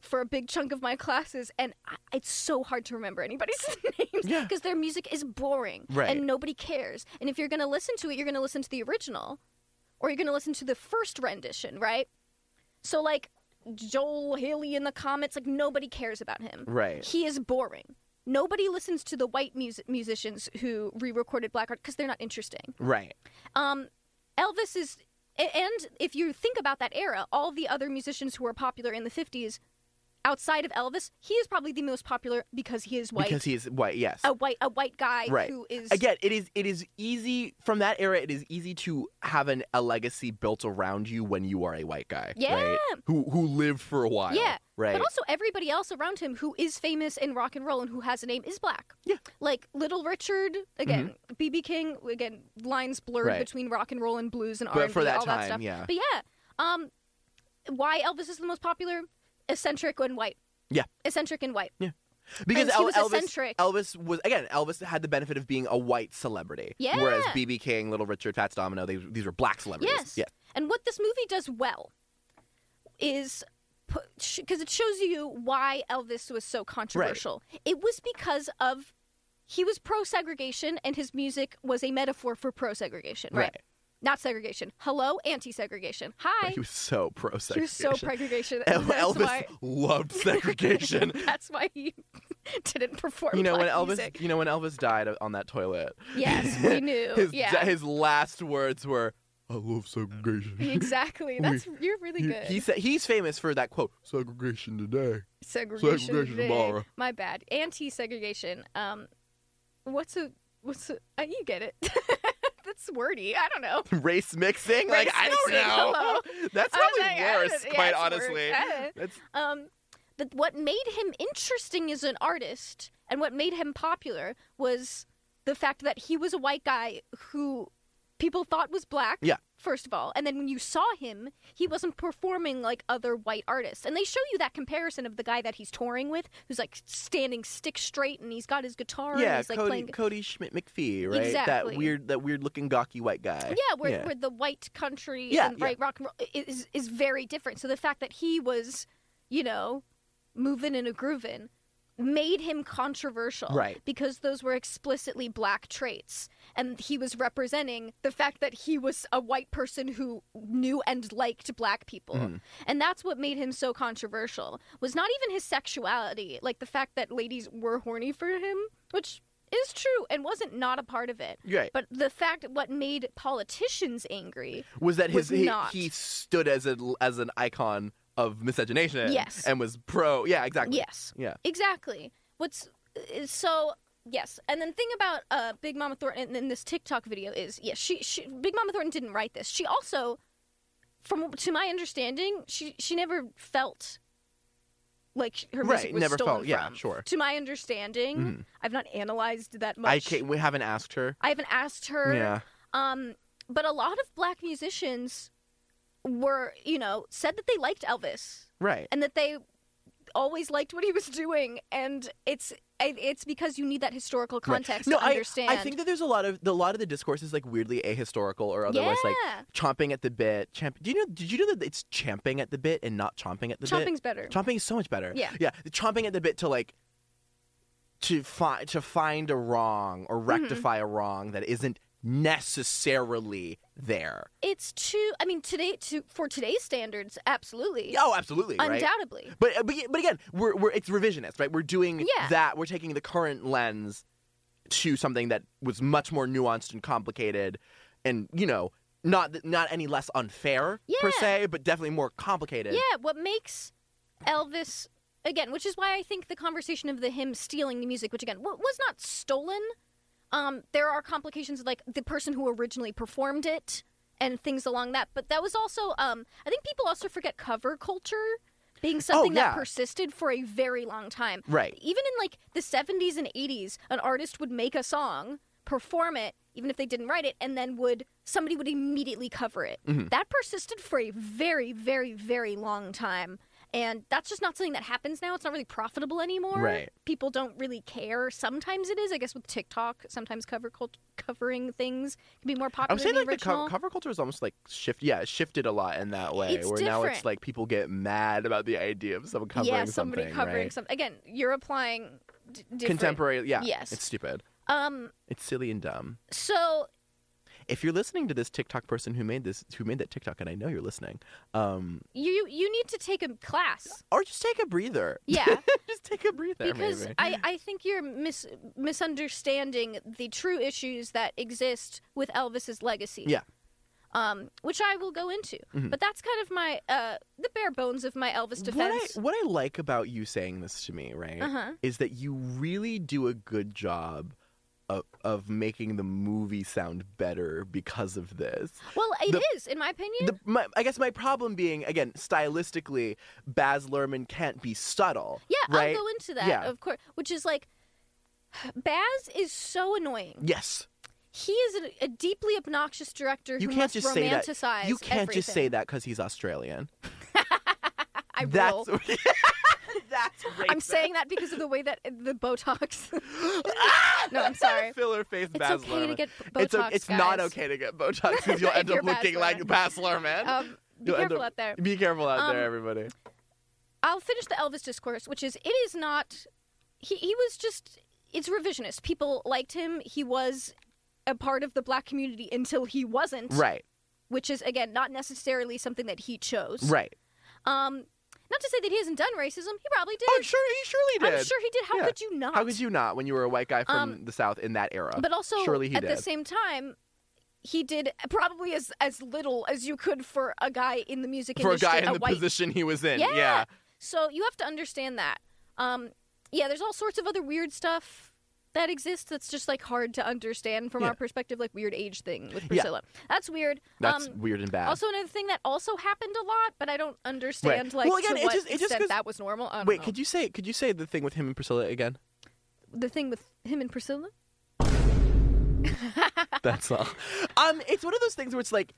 Speaker 2: for a big chunk of my classes, and I, it's so hard to remember anybody's names
Speaker 1: Yeah.
Speaker 2: because their music is boring
Speaker 1: Right.
Speaker 2: and nobody cares. And if you're going to listen to it, you're going to listen to the original or you're going to listen to the first rendition, right? So, like Joel Haley in the comments, like nobody cares about him.
Speaker 1: Right.
Speaker 2: He is boring. Nobody listens to the white mus- musicians who re recorded Black Art because they're not interesting.
Speaker 1: Right.
Speaker 2: Um, Elvis is, a- and if you think about that era, all the other musicians who were popular in the 50s, outside of Elvis, he is probably the most popular because he is white. Oh.
Speaker 1: Because he is white, yes.
Speaker 2: a white, a white guy
Speaker 1: Right.
Speaker 2: who is
Speaker 1: Again, it is it is easy from that era it is easy to have an a legacy built around you when you are a white guy.
Speaker 2: Yeah.
Speaker 1: Right? Who who lived for a while.
Speaker 2: Yeah,
Speaker 1: Right.
Speaker 2: But also, everybody else around him who is famous in rock and roll and who has a name is black.
Speaker 1: Yeah. Mm-hmm.
Speaker 2: Like Little Richard, again, BB King, again, lines blurred
Speaker 1: Right.
Speaker 2: between rock and roll and blues and R&B,
Speaker 1: but for that
Speaker 2: all
Speaker 1: time,
Speaker 2: that stuff.
Speaker 1: yeah.
Speaker 2: But yeah, um, why Elvis is the most popular? Eccentric and white.
Speaker 1: Yeah.
Speaker 2: Eccentric and white.
Speaker 1: Because
Speaker 2: And he
Speaker 1: El-
Speaker 2: was
Speaker 1: Elvis
Speaker 2: eccentric.
Speaker 1: Elvis was again. Elvis had the benefit of being a white celebrity,
Speaker 2: Yeah.
Speaker 1: whereas BB King, Little Richard, Fats Domino, they, these were black celebrities.
Speaker 2: Yes.
Speaker 1: Yeah.
Speaker 2: And what this movie does well is because it shows you why Elvis was so controversial. It was because of he was pro segregation and his music was a metaphor for pro segregation, right?
Speaker 1: Right.
Speaker 2: Not segregation. Hello, anti segregation. Hi.
Speaker 1: He was so pro
Speaker 2: You're so
Speaker 1: segregation.
Speaker 2: pro segregation.
Speaker 1: El-
Speaker 2: That's
Speaker 1: Elvis
Speaker 2: why
Speaker 1: loved segregation.
Speaker 2: that's why he didn't perform.
Speaker 1: You know when
Speaker 2: black
Speaker 1: Elvis,
Speaker 2: music.
Speaker 1: you know when Elvis died on that toilet.
Speaker 2: Yes, we knew.
Speaker 1: his
Speaker 2: yeah,
Speaker 1: his last words were, "I love segregation."
Speaker 2: exactly. That's you're really
Speaker 1: He-
Speaker 2: good.
Speaker 1: He said he's famous for that quote, "Segregation today."
Speaker 2: segregation,
Speaker 1: segregation
Speaker 2: today.
Speaker 1: tomorrow.
Speaker 2: My bad. Anti-segregation. Um, what's a what's a? Uh, you get it. That's wordy. I don't know.
Speaker 1: Race mixing, like
Speaker 2: Race
Speaker 1: I don't
Speaker 2: mixing,
Speaker 1: know.
Speaker 2: hello.
Speaker 1: That's
Speaker 2: I was
Speaker 1: probably
Speaker 2: like, I don't-
Speaker 1: worse,
Speaker 2: yeah,
Speaker 1: quite
Speaker 2: it's worse.
Speaker 1: honestly.
Speaker 2: Uh,
Speaker 1: That's
Speaker 2: Um, but what made him interesting as an artist and what made him popular was the fact that he was a white guy who people thought was black.
Speaker 1: Yeah.
Speaker 2: First of all, and then when you saw him, he wasn't performing like other white artists. And they show you that comparison of the guy that he's touring with, who's like standing stick straight and he's got his guitar and
Speaker 1: yeah,
Speaker 2: he's like
Speaker 1: Cody
Speaker 2: playing.
Speaker 1: Cody Schmidt McPhee, right?
Speaker 2: Exactly.
Speaker 1: That weird that weird looking gawky white guy.
Speaker 2: Yeah, where,
Speaker 1: yeah.
Speaker 2: where the white country
Speaker 1: Yeah,
Speaker 2: and right rock and roll i- is is very different. So the fact that he was, you know, moving and a grooving made him controversial
Speaker 1: Right.
Speaker 2: because those were explicitly black traits and he was representing the fact that he was a white person who knew and liked black people
Speaker 1: Mhm.
Speaker 2: and that's what made him so controversial was not even his sexuality like the fact that ladies were horny for him which is true and wasn't not a part of it
Speaker 1: Right.
Speaker 2: but the fact what made politicians angry,
Speaker 1: was that his
Speaker 2: was
Speaker 1: he,
Speaker 2: not.
Speaker 1: he stood as a as an icon of miscegenation
Speaker 2: Yes.
Speaker 1: and was pro yeah exactly
Speaker 2: yes,
Speaker 1: yeah
Speaker 2: exactly. What's is so yes, and then thing about uh, Big Mama Thornton in, in this TikTok video is yes, she, she Big Mama Thornton didn't write this. She also, from to my understanding, she she never felt like her music
Speaker 1: right
Speaker 2: was
Speaker 1: never
Speaker 2: stolen
Speaker 1: felt yeah
Speaker 2: from.
Speaker 1: sure
Speaker 2: To my understanding,
Speaker 1: Mhm.
Speaker 2: I've not analyzed that much.
Speaker 1: I can't, we haven't asked her
Speaker 2: I haven't asked her.
Speaker 1: yeah
Speaker 2: Um, but a lot of black musicians were, you know, said that they liked Elvis
Speaker 1: right
Speaker 2: and that they always liked what he was doing, and it's it- it's because you need that historical
Speaker 1: Right.
Speaker 2: context
Speaker 1: no
Speaker 2: to
Speaker 1: I
Speaker 2: understand.
Speaker 1: I think that there's a lot of the, a lot of the discourse is like weirdly ahistorical or
Speaker 2: yeah,
Speaker 1: otherwise like chomping at the bit champ do you know did you know that it's champing at the bit and not chomping at the bit
Speaker 2: chomping's better.
Speaker 1: Chomping is so much better.
Speaker 2: Yeah.
Speaker 1: yeah. the Chomping at the bit to like to find to find a wrong or
Speaker 2: Mm-hmm.
Speaker 1: rectify a wrong that isn't necessarily there.
Speaker 2: it's too. I mean, today to for today's standards, absolutely,
Speaker 1: Oh, absolutely, right.
Speaker 2: undoubtedly.
Speaker 1: But, uh, but but again, we're we're it's revisionist, right? We're doing
Speaker 2: Yeah.
Speaker 1: that. We're taking the current lens to something that was much more nuanced and complicated, and you know. Not not any less unfair per
Speaker 2: Yeah.
Speaker 1: se, but definitely more complicated.
Speaker 2: Yeah, what makes Elvis again, which is why I think the conversation of the him stealing the music, which again w- was not stolen. Um, there are complications of like the person who originally performed it and things along that, but that was also um, I think people also forget cover culture being something
Speaker 1: Oh, yeah.
Speaker 2: that persisted for a very long time.
Speaker 1: Right.
Speaker 2: Even in like the 70s and 80s, an artist would make a song, perform it, even if they didn't write it, and then would somebody would immediately cover it.
Speaker 1: Mhm.
Speaker 2: That persisted for a very, very, very long time. And that's just not something that happens now. It's not really profitable anymore.
Speaker 1: Right.
Speaker 2: People don't really care. Sometimes it is, I guess, with TikTok. Sometimes cover cult- covering things can be more
Speaker 1: I
Speaker 2: popular
Speaker 1: would say
Speaker 2: than
Speaker 1: like
Speaker 2: the original.
Speaker 1: the co- cover culture is almost like shift. Yeah, it shifted a lot in that way.
Speaker 2: It's
Speaker 1: where now it's
Speaker 2: different.
Speaker 1: like people get mad about the idea of someone covering
Speaker 2: yeah, somebody
Speaker 1: something.
Speaker 2: covering
Speaker 1: right?
Speaker 2: something. Again, you're applying d- different-
Speaker 1: contemporary. Yeah,
Speaker 2: Yes.
Speaker 1: it's stupid.
Speaker 2: Um.
Speaker 1: It's silly and dumb.
Speaker 2: So
Speaker 1: If you're listening to this TikTok person who made this, who made that TikTok, and I know you're listening, um,
Speaker 2: you you need to take a class.
Speaker 1: or just take a breather.
Speaker 2: Yeah.
Speaker 1: just take a breather.
Speaker 2: because
Speaker 1: maybe.
Speaker 2: I, I think you're mis- misunderstanding the true issues that exist with Elvis's legacy.
Speaker 1: Yeah.
Speaker 2: Um, which I will go into,
Speaker 1: Mhm.
Speaker 2: but that's kind of my uh, the bare bones of my Elvis
Speaker 1: what I,
Speaker 2: defense.
Speaker 1: what I like about you saying this to me, right,
Speaker 2: Uh-huh.
Speaker 1: is that you really do a good job of, of making the movie sound better because of this.
Speaker 2: Well, it is,
Speaker 1: the-
Speaker 2: in my opinion.
Speaker 1: The, my, I guess my problem being again stylistically, Baz Luhrmann can't be subtle.
Speaker 2: yeah,
Speaker 1: right?
Speaker 2: I'll go into that,
Speaker 1: Yeah.
Speaker 2: of course. Which is like, Baz is so annoying.
Speaker 1: Yes,
Speaker 2: He is a, a deeply obnoxious director
Speaker 1: you
Speaker 2: who
Speaker 1: can't
Speaker 2: must
Speaker 1: just say
Speaker 2: romanticize.
Speaker 1: that. You can't just say
Speaker 2: everything.
Speaker 1: that because he's Australian.
Speaker 2: I will.
Speaker 1: That's that's
Speaker 2: I'm
Speaker 1: racist.
Speaker 2: saying that because of the way that uh, the Botox. no, I'm sorry.
Speaker 1: filler face
Speaker 2: It's
Speaker 1: Baz
Speaker 2: okay
Speaker 1: Luhrmann.
Speaker 2: to get b- Botox.
Speaker 1: it's o- it's not
Speaker 2: guys.
Speaker 1: okay to get Botox because you'll
Speaker 2: If
Speaker 1: end up
Speaker 2: you're Baz
Speaker 1: looking like
Speaker 2: Luhrmann.
Speaker 1: Baz Luhrmann.
Speaker 2: Um, be
Speaker 1: You'll end
Speaker 2: careful
Speaker 1: up-
Speaker 2: out there.
Speaker 1: be careful out there,
Speaker 2: um,
Speaker 1: everybody.
Speaker 2: I'll finish the Elvis discourse, which is it is not. He he was just. It's revisionist. People liked him. He was a part of the black community until he wasn't.
Speaker 1: Right,
Speaker 2: Which is again not necessarily something that he chose.
Speaker 1: right.
Speaker 2: Um, Not to say that he hasn't done racism. He probably did.
Speaker 1: Oh, sure, he surely did.
Speaker 2: I'm sure he did. How
Speaker 1: Yeah.
Speaker 2: could you not?
Speaker 1: How could you not when you were a white guy from
Speaker 2: Um,
Speaker 1: the South in that era?
Speaker 2: But also,
Speaker 1: Uh, surely he
Speaker 2: at the
Speaker 1: did.
Speaker 2: same time, he did probably as as little as you could for a guy in the music
Speaker 1: for a
Speaker 2: industry.
Speaker 1: guy in the
Speaker 2: white
Speaker 1: position he was in.
Speaker 2: Yeah.
Speaker 1: Yeah.
Speaker 2: So you have to understand that. Um, yeah, there's all sorts of other weird stuff that exists that's just like hard to understand from
Speaker 1: Yeah.
Speaker 2: our perspective, like weird age thing with
Speaker 1: Yeah.
Speaker 2: Priscilla. That's weird.
Speaker 1: That's
Speaker 2: um,
Speaker 1: weird and bad.
Speaker 2: also another thing that also happened a lot, but I don't understand like
Speaker 1: Well, again,
Speaker 2: to
Speaker 1: it
Speaker 2: what
Speaker 1: just- it just
Speaker 2: extent
Speaker 1: goes-
Speaker 2: that was normal. I don't
Speaker 1: Wait,
Speaker 2: know.
Speaker 1: could you say could you say the thing with him and Priscilla again?
Speaker 2: the thing with him and Priscilla?
Speaker 1: That's all. Um, it's one of those things where it's like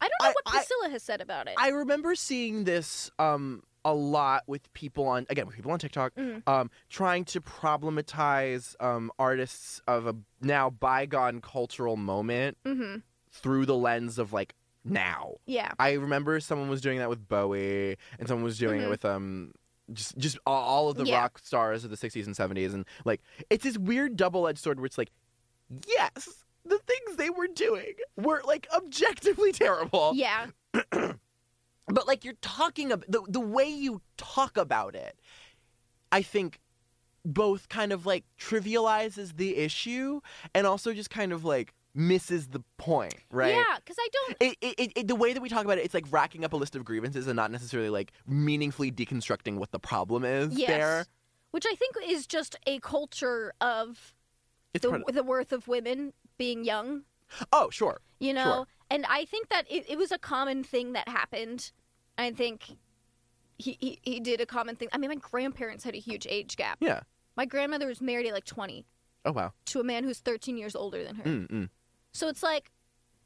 Speaker 2: I don't know
Speaker 1: I-
Speaker 2: what
Speaker 1: I-
Speaker 2: Priscilla has said about it.
Speaker 1: I remember seeing this um a lot with people on again with people on TikTok
Speaker 2: Mhm.
Speaker 1: um trying to problematize um artists of a now bygone cultural moment
Speaker 2: mm-hmm.
Speaker 1: through the lens of like now.
Speaker 2: Yeah.
Speaker 1: I remember someone was doing that with Bowie, and someone was doing
Speaker 2: Mhm.
Speaker 1: it with um, just just all- all of the
Speaker 2: Yeah.
Speaker 1: rock stars of the '60s and '70s, and like it's this weird double-edged sword where it's like, yes, the things they were doing were like objectively terrible,
Speaker 2: Yeah.
Speaker 1: but like you're talking about the the way you talk about it, I think both kind of like trivializes the issue and also just kind of like misses the point, right?
Speaker 2: Yeah, because I don't.
Speaker 1: it, it, it, it- the way that we talk about it, it's like racking up a list of grievances and not necessarily like meaningfully deconstructing what the problem is
Speaker 2: Yes.
Speaker 1: there.
Speaker 2: Which I think is just a culture of
Speaker 1: It's
Speaker 2: the,
Speaker 1: part of-
Speaker 2: the worth of women being young.
Speaker 1: oh, sure.
Speaker 2: you know
Speaker 1: Sure.
Speaker 2: and i think that it, it was a common thing that happened i think he, he he did a common thing i mean my grandparents had a huge age gap
Speaker 1: Yeah.
Speaker 2: my grandmother was married at like 20
Speaker 1: Oh, wow. Mm,
Speaker 2: to a man who's 13 years older than her
Speaker 1: Mm-mm.
Speaker 2: so it's like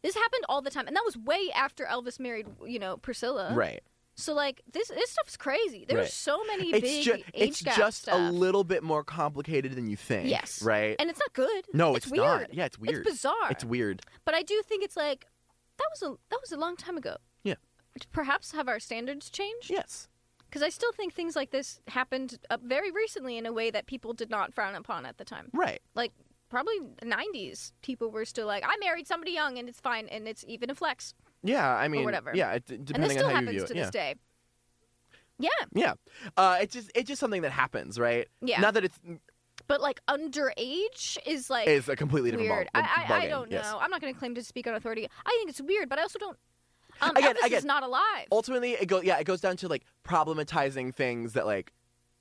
Speaker 2: this happened all the time and that was way after elvis married you know priscilla
Speaker 1: Right.
Speaker 2: so like this this stuff's crazy there are
Speaker 1: Right.
Speaker 2: so many
Speaker 1: It's,
Speaker 2: big
Speaker 1: ju-
Speaker 2: age
Speaker 1: it's
Speaker 2: gap
Speaker 1: just
Speaker 2: stuff.
Speaker 1: a little bit more complicated than you think.
Speaker 2: Yes.
Speaker 1: Right?
Speaker 2: and it's not good
Speaker 1: no,
Speaker 2: it's,
Speaker 1: it's,
Speaker 2: weird
Speaker 1: not. Yeah, it's weird.
Speaker 2: it's bizarre
Speaker 1: It's weird.
Speaker 2: But I do think it's like that was a that was a long time ago.
Speaker 1: Yeah.
Speaker 2: Perhaps have our standards changed?
Speaker 1: Yes.
Speaker 2: Because I still think things like this happened uh, very recently in a way that people did not frown upon at the time.
Speaker 1: Right.
Speaker 2: Probably the 90s, people were still like, I married somebody young and it's fine and it's even a flex.
Speaker 1: Yeah, I mean,
Speaker 2: whatever.
Speaker 1: yeah, it, d-
Speaker 2: and this
Speaker 1: depending
Speaker 2: still
Speaker 1: on how you
Speaker 2: happens
Speaker 1: view it.
Speaker 2: to this
Speaker 1: Yeah.
Speaker 2: day. Yeah.
Speaker 1: Uh, it's just it's just something that happens, right?
Speaker 2: Yeah.
Speaker 1: Not that it's mm,
Speaker 2: but like underage is like
Speaker 1: is a completely different
Speaker 2: weird.
Speaker 1: ball,
Speaker 2: I, I, I
Speaker 1: ballgame,
Speaker 2: don't know.
Speaker 1: yes.
Speaker 2: I'm not going to claim to speak on authority. I think it's weird, but I also don't. Um,
Speaker 1: Again,
Speaker 2: Elvis is
Speaker 1: again,
Speaker 2: not alive.
Speaker 1: ultimately it goes yeah it goes down to like problematizing things that like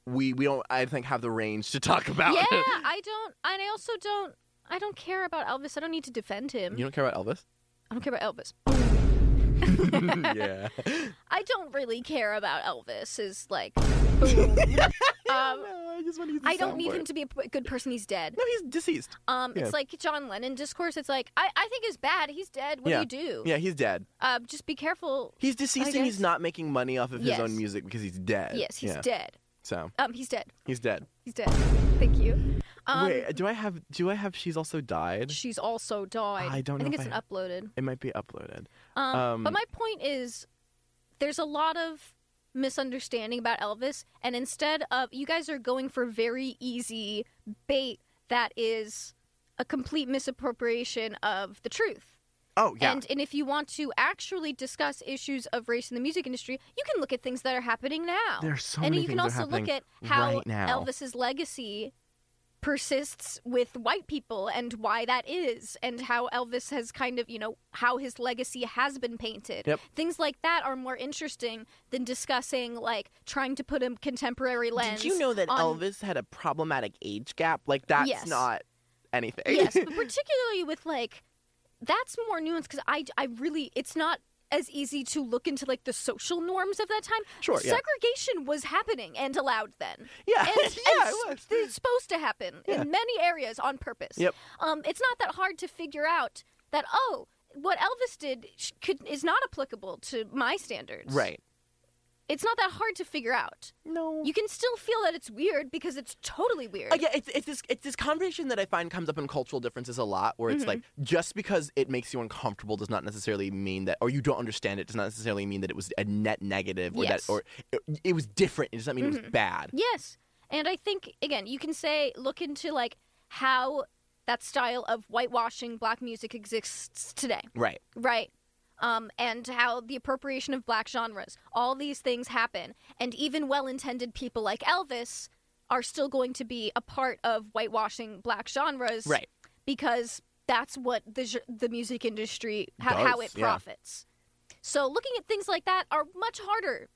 Speaker 1: we we don't i think have the range to talk about
Speaker 2: Yeah, I don't, and I also don't. I don't care about Elvis. I don't need to defend him.
Speaker 1: you don't care about elvis
Speaker 2: I don't care about Elvis.
Speaker 1: yeah
Speaker 2: I don't really care about Elvis. Is like, boom. um,
Speaker 1: no, i just want to use the
Speaker 2: I don't need
Speaker 1: soundboard.
Speaker 2: him to be a p- good person. He's dead.
Speaker 1: no he's deceased
Speaker 2: Um,
Speaker 1: Yeah.
Speaker 2: it's like John Lennon discourse. It's like I, I think is bad. He's dead. What
Speaker 1: Yeah.
Speaker 2: do you do?
Speaker 1: yeah he's dead
Speaker 2: Uh, just be careful.
Speaker 1: he's deceased and
Speaker 2: guess.
Speaker 1: he's not making money off of
Speaker 2: Yes.
Speaker 1: his own music because he's dead
Speaker 2: Yes, he's
Speaker 1: yeah.
Speaker 2: dead.
Speaker 1: so
Speaker 2: Um, he's dead.
Speaker 1: he's dead
Speaker 2: He's dead. Thank you. Um,
Speaker 1: wait do i have do i have she's also died
Speaker 2: she's also died.
Speaker 1: I don't know
Speaker 2: think
Speaker 1: if
Speaker 2: it's
Speaker 1: I-
Speaker 2: an uploaded.
Speaker 1: it might be uploaded
Speaker 2: Um, but
Speaker 1: Um,
Speaker 2: my point is, there's a lot of misunderstanding about Elvis, and instead of you guys are going for very easy bait that is a complete misappropriation of the truth.
Speaker 1: oh yeah
Speaker 2: And and if you want to actually discuss issues of race in the music industry, you can look at things that are happening now.
Speaker 1: there's so
Speaker 2: and
Speaker 1: many
Speaker 2: you
Speaker 1: things
Speaker 2: can
Speaker 1: that are
Speaker 2: also look
Speaker 1: happening
Speaker 2: at how
Speaker 1: right now.
Speaker 2: Elvis's legacy persists with white people and why that is and how Elvis has kind of, you know, how his legacy has been painted.
Speaker 1: Yep.
Speaker 2: Things like that are more interesting than discussing like trying to put a contemporary lens.
Speaker 1: Did you know that
Speaker 2: on-
Speaker 1: Elvis had a problematic age gap? Like that's
Speaker 2: Yes.
Speaker 1: not anything.
Speaker 2: yes, but particularly with like that's more nuanced because I I really it's not as easy to look into like the social norms of that time.
Speaker 1: Sure, yeah.
Speaker 2: Segregation was happening and allowed then.
Speaker 1: yeah, yeah,
Speaker 2: and, and
Speaker 1: it was.
Speaker 2: s- it's supposed to happen
Speaker 1: Yeah.
Speaker 2: in many areas on purpose.
Speaker 1: Yep.
Speaker 2: Um, it's not that hard to figure out that oh, what Elvis did sh- could, is not applicable to my standards.
Speaker 1: Right.
Speaker 2: It's not that hard to figure out.
Speaker 1: No.
Speaker 2: You can still feel that it's weird because it's totally weird.
Speaker 1: Uh, yeah, it's, it's this it's this conversation that I find comes up in cultural differences a lot, where it's
Speaker 2: Mhm.
Speaker 1: like just because it makes you uncomfortable does not necessarily mean that, or you don't understand it does not necessarily mean that it was a net negative, or
Speaker 2: Yes. Mm-hmm.
Speaker 1: that, or it, it was different. It does not mean it was bad.
Speaker 2: Yes. And I think again, you can say look into like how that style of whitewashing black music exists today,
Speaker 1: Right.
Speaker 2: right? um, and how the appropriation of black genres. All these things happen, and even well-intended people like Elvis are still going to be a part of whitewashing black genres,
Speaker 1: Right.
Speaker 2: Because that's what the ge- the music industry how, how
Speaker 1: Does,
Speaker 2: it
Speaker 1: yeah.
Speaker 2: profits. So looking at things like that are much harder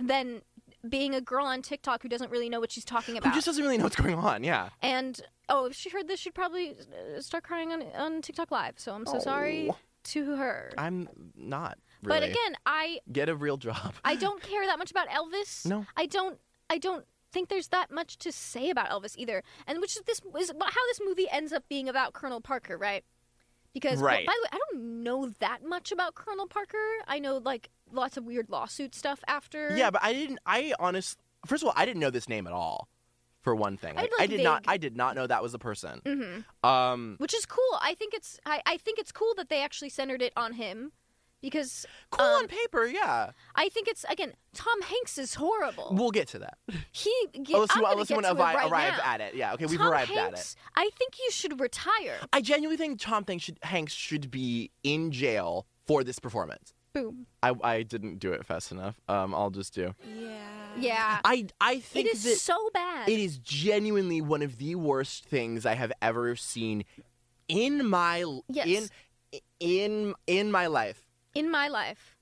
Speaker 2: than being a girl on TikTok who doesn't really know what she's talking about.
Speaker 1: Who just doesn't really know what's going on? Yeah.
Speaker 2: And oh, if she heard this, she'd probably uh, start crying on on TikTok Live. So I'm so sorry
Speaker 1: Oh.
Speaker 2: to her.
Speaker 1: I'm not really.
Speaker 2: But again, I
Speaker 1: get a real job.
Speaker 2: I don't care that much about Elvis.
Speaker 1: No.
Speaker 2: I don't. I don't think there's that much to say about Elvis either. And which is this is how this movie ends up being about Colonel Parker, right? Because well,
Speaker 1: Right.
Speaker 2: by the way, I don't know that much about Colonel Parker. I know like lots of weird lawsuit stuff after.
Speaker 1: Yeah, but I didn't. I honest. First of all, I didn't know this name at all. For one thing,
Speaker 2: I had,
Speaker 1: Like,
Speaker 2: like,
Speaker 1: did not.
Speaker 2: vague-
Speaker 1: I did not know that was a person.
Speaker 2: hmm
Speaker 1: Um,
Speaker 2: Which is cool. I think it's I, I think it's cool that they actually centered it on him because
Speaker 1: cool
Speaker 2: Um,
Speaker 1: on paper, yeah.
Speaker 2: I think it's again. Tom Hanks is horrible.
Speaker 1: We'll oh, get to that.
Speaker 2: he. Get,
Speaker 1: unless
Speaker 2: I'm
Speaker 1: you,
Speaker 2: gonna
Speaker 1: unless you
Speaker 2: get
Speaker 1: wanna
Speaker 2: to it
Speaker 1: arri-
Speaker 2: right
Speaker 1: arrive
Speaker 2: now.
Speaker 1: at it, yeah. Okay, we've
Speaker 2: Tom
Speaker 1: arrived at it.
Speaker 2: Hanks, I think you should retire.
Speaker 1: I genuinely think Tom Hanks should, Hanks should be in jail for this performance.
Speaker 2: Boom.
Speaker 1: I, I didn't do it fast enough. Um, I'll just do.
Speaker 2: Yeah.
Speaker 1: I I
Speaker 2: It
Speaker 1: think
Speaker 2: is
Speaker 1: that
Speaker 2: so bad.
Speaker 1: it is genuinely one of the worst things I have ever seen in my l-
Speaker 2: Yes.
Speaker 1: in in in my life.
Speaker 2: in my life.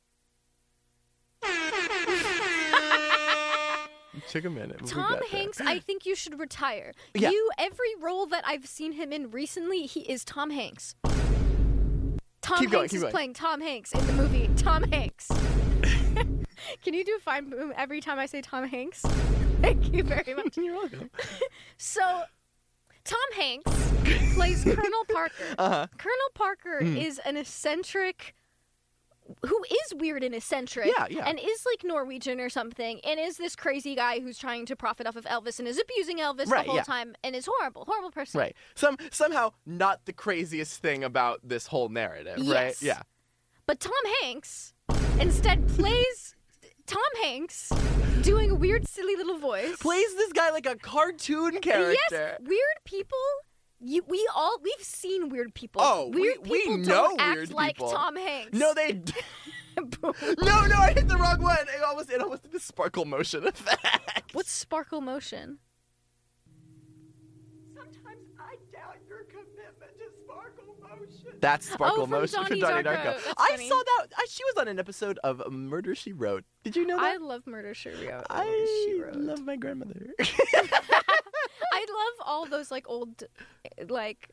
Speaker 1: Took a minute. but we
Speaker 2: Tom
Speaker 1: got there.
Speaker 2: Hanks, I think you should retire.
Speaker 1: Yeah.
Speaker 2: You every role that I've seen him in recently, he is Tom Hanks. Tom
Speaker 1: Keep
Speaker 2: Hanks
Speaker 1: going, keep
Speaker 2: is
Speaker 1: going.
Speaker 2: playing Tom Hanks in the movie Tom Hanks. Can you do a fine boom every time I say Tom Hanks? Thank you very much.
Speaker 1: You're welcome.
Speaker 2: So, Tom Hanks plays Colonel Parker.
Speaker 1: Uh-huh.
Speaker 2: Colonel Parker
Speaker 1: Mm.
Speaker 2: is an eccentric who is weird and eccentric
Speaker 1: Yeah, yeah.
Speaker 2: and is like Norwegian or something and is this crazy guy who's trying to profit off of Elvis and is abusing Elvis
Speaker 1: Right,
Speaker 2: the whole
Speaker 1: yeah.
Speaker 2: time and is horrible, horrible person.
Speaker 1: Right. Some somehow not the craziest thing about this whole narrative, right?
Speaker 2: Yes.
Speaker 1: Yeah.
Speaker 2: But Tom Hanks instead plays Tom Hanks doing a weird silly little voice.
Speaker 1: Plays this guy like a cartoon character.
Speaker 2: Yes, weird people. You, we all we've seen weird people.
Speaker 1: Oh, we-
Speaker 2: weird
Speaker 1: we
Speaker 2: people
Speaker 1: know
Speaker 2: don't act
Speaker 1: weird
Speaker 2: like
Speaker 1: people.
Speaker 2: Tom Hanks.
Speaker 1: No, they. d-
Speaker 2: Boom.
Speaker 1: No, no, I hit the wrong one. It almost, it almost did the sparkle motion effect.
Speaker 2: What's sparkle motion?
Speaker 3: Sometimes I doubt your commitment to sparkle motion.
Speaker 1: That's sparkle
Speaker 2: Oh, from
Speaker 1: motion
Speaker 2: Donnie
Speaker 1: Donnie
Speaker 2: Darko.
Speaker 1: Darko.
Speaker 2: That's
Speaker 1: I
Speaker 2: funny.
Speaker 1: saw that. I, she was on an episode of Murder She Wrote. Did you know
Speaker 2: I
Speaker 1: that?
Speaker 2: love Murder She Wrote.
Speaker 1: I
Speaker 2: she wrote.
Speaker 1: love my grandmother.
Speaker 2: I love all those like old, like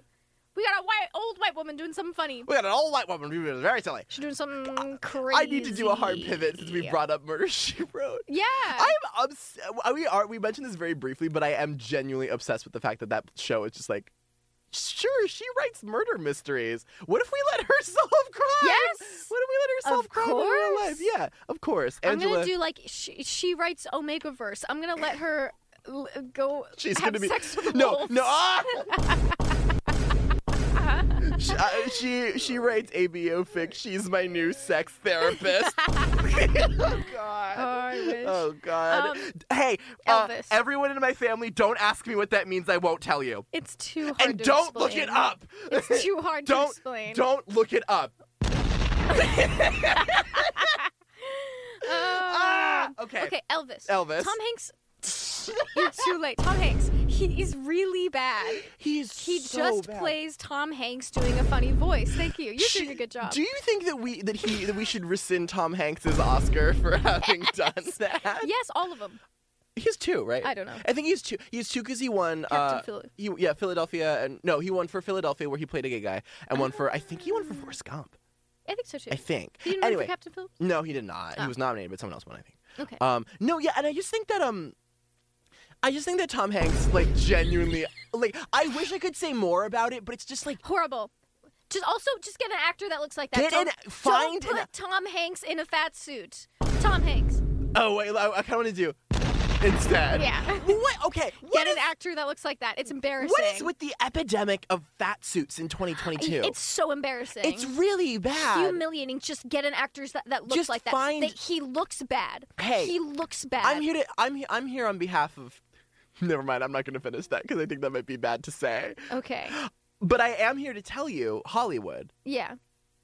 Speaker 2: we got a white old white woman doing something funny.
Speaker 1: we had an old white woman. who was very silly.
Speaker 2: She's doing something crazy.
Speaker 1: I need to do a hard pivot since we brought up Murder She Wrote.
Speaker 2: Yeah.
Speaker 1: I am obs- uh, we are we mentioned this very briefly, but I am genuinely obsessed with the fact that that show is just like, sure, she writes murder mysteries. What if we let her solve crime?
Speaker 2: Yes!
Speaker 1: What if we let her solve
Speaker 2: Of
Speaker 1: crime in real life?
Speaker 2: course.
Speaker 1: Yeah, of course.
Speaker 2: I'm
Speaker 1: Angela,
Speaker 2: gonna do like she, she writes Omega Verse. I'm gonna let her l- go.
Speaker 1: she's
Speaker 2: have
Speaker 1: gonna be
Speaker 2: sex with
Speaker 1: no,
Speaker 2: wolves.
Speaker 1: no. Ah! she, uh, she she writes ABO fic. She's my new sex therapist. oh God.
Speaker 2: Oh, I wish.
Speaker 1: Oh God!
Speaker 2: Um,
Speaker 1: hey, uh,
Speaker 2: Elvis.
Speaker 1: everyone in my family, don't ask me what that means. I won't tell you.
Speaker 2: It's too hard
Speaker 1: And
Speaker 2: to
Speaker 1: don't look it
Speaker 2: explain.
Speaker 1: up.
Speaker 2: It's too hard to
Speaker 1: don't
Speaker 2: explain.
Speaker 1: don't look it up.
Speaker 2: Um,
Speaker 1: Ah, okay.
Speaker 2: Okay, Elvis.
Speaker 1: Elvis.
Speaker 2: Tom Hanks. You're too late. Tom Hanks. He is really bad.
Speaker 1: He's
Speaker 2: He just plays Tom Hanks doing a funny voice. Thank you. You're doing a good job.
Speaker 1: Do you think that we that he that we should rescind Tom Hanks's Oscar for having done that?
Speaker 2: yes, all of them.
Speaker 1: He has two, right?
Speaker 2: I don't know.
Speaker 1: I think he's two. He's two because he won.
Speaker 2: Captain
Speaker 1: uh,
Speaker 2: Philip.
Speaker 1: he, yeah, Philadelphia, and no, he won for Philadelphia where he played a gay guy, and one for I think he won for Forrest Gump.
Speaker 2: I think so too.
Speaker 1: I think.
Speaker 2: you Oh. didn't
Speaker 1: anyway,
Speaker 2: vote for Captain Phillips?
Speaker 1: no, he did not. He
Speaker 2: Oh.
Speaker 1: was nominated, but someone else won. I think.
Speaker 2: Okay.
Speaker 1: Um, no, yeah, and I just think that um, I just think that Tom Hanks like genuinely like I wish I could say more about it, but it's just like
Speaker 2: Horrible. Just also just get an actor that looks like that.
Speaker 1: Get
Speaker 2: don't,
Speaker 1: an- find
Speaker 2: don't
Speaker 1: an-
Speaker 2: put Tom Hanks in a fat suit. Tom Hanks.
Speaker 1: oh wait, I, I kind of want to do instead.
Speaker 2: Yeah.
Speaker 1: Well, What? Okay. What
Speaker 2: Get
Speaker 1: is,
Speaker 2: an actor that looks like that. It's embarrassing.
Speaker 1: what is with the epidemic of fat suits in 2022?
Speaker 2: It's so embarrassing.
Speaker 1: It's really bad.
Speaker 2: humiliating. Just get an actors that, that looks
Speaker 1: Just
Speaker 2: like that.
Speaker 1: find-
Speaker 2: That he looks bad.
Speaker 1: Hey,
Speaker 2: he looks bad.
Speaker 1: I'm here to I'm he- I'm here on behalf of. Never mind. I'm not going to finish that because I think that might be bad to say.
Speaker 2: Okay.
Speaker 1: But I am here to tell you, Hollywood,
Speaker 2: Yeah.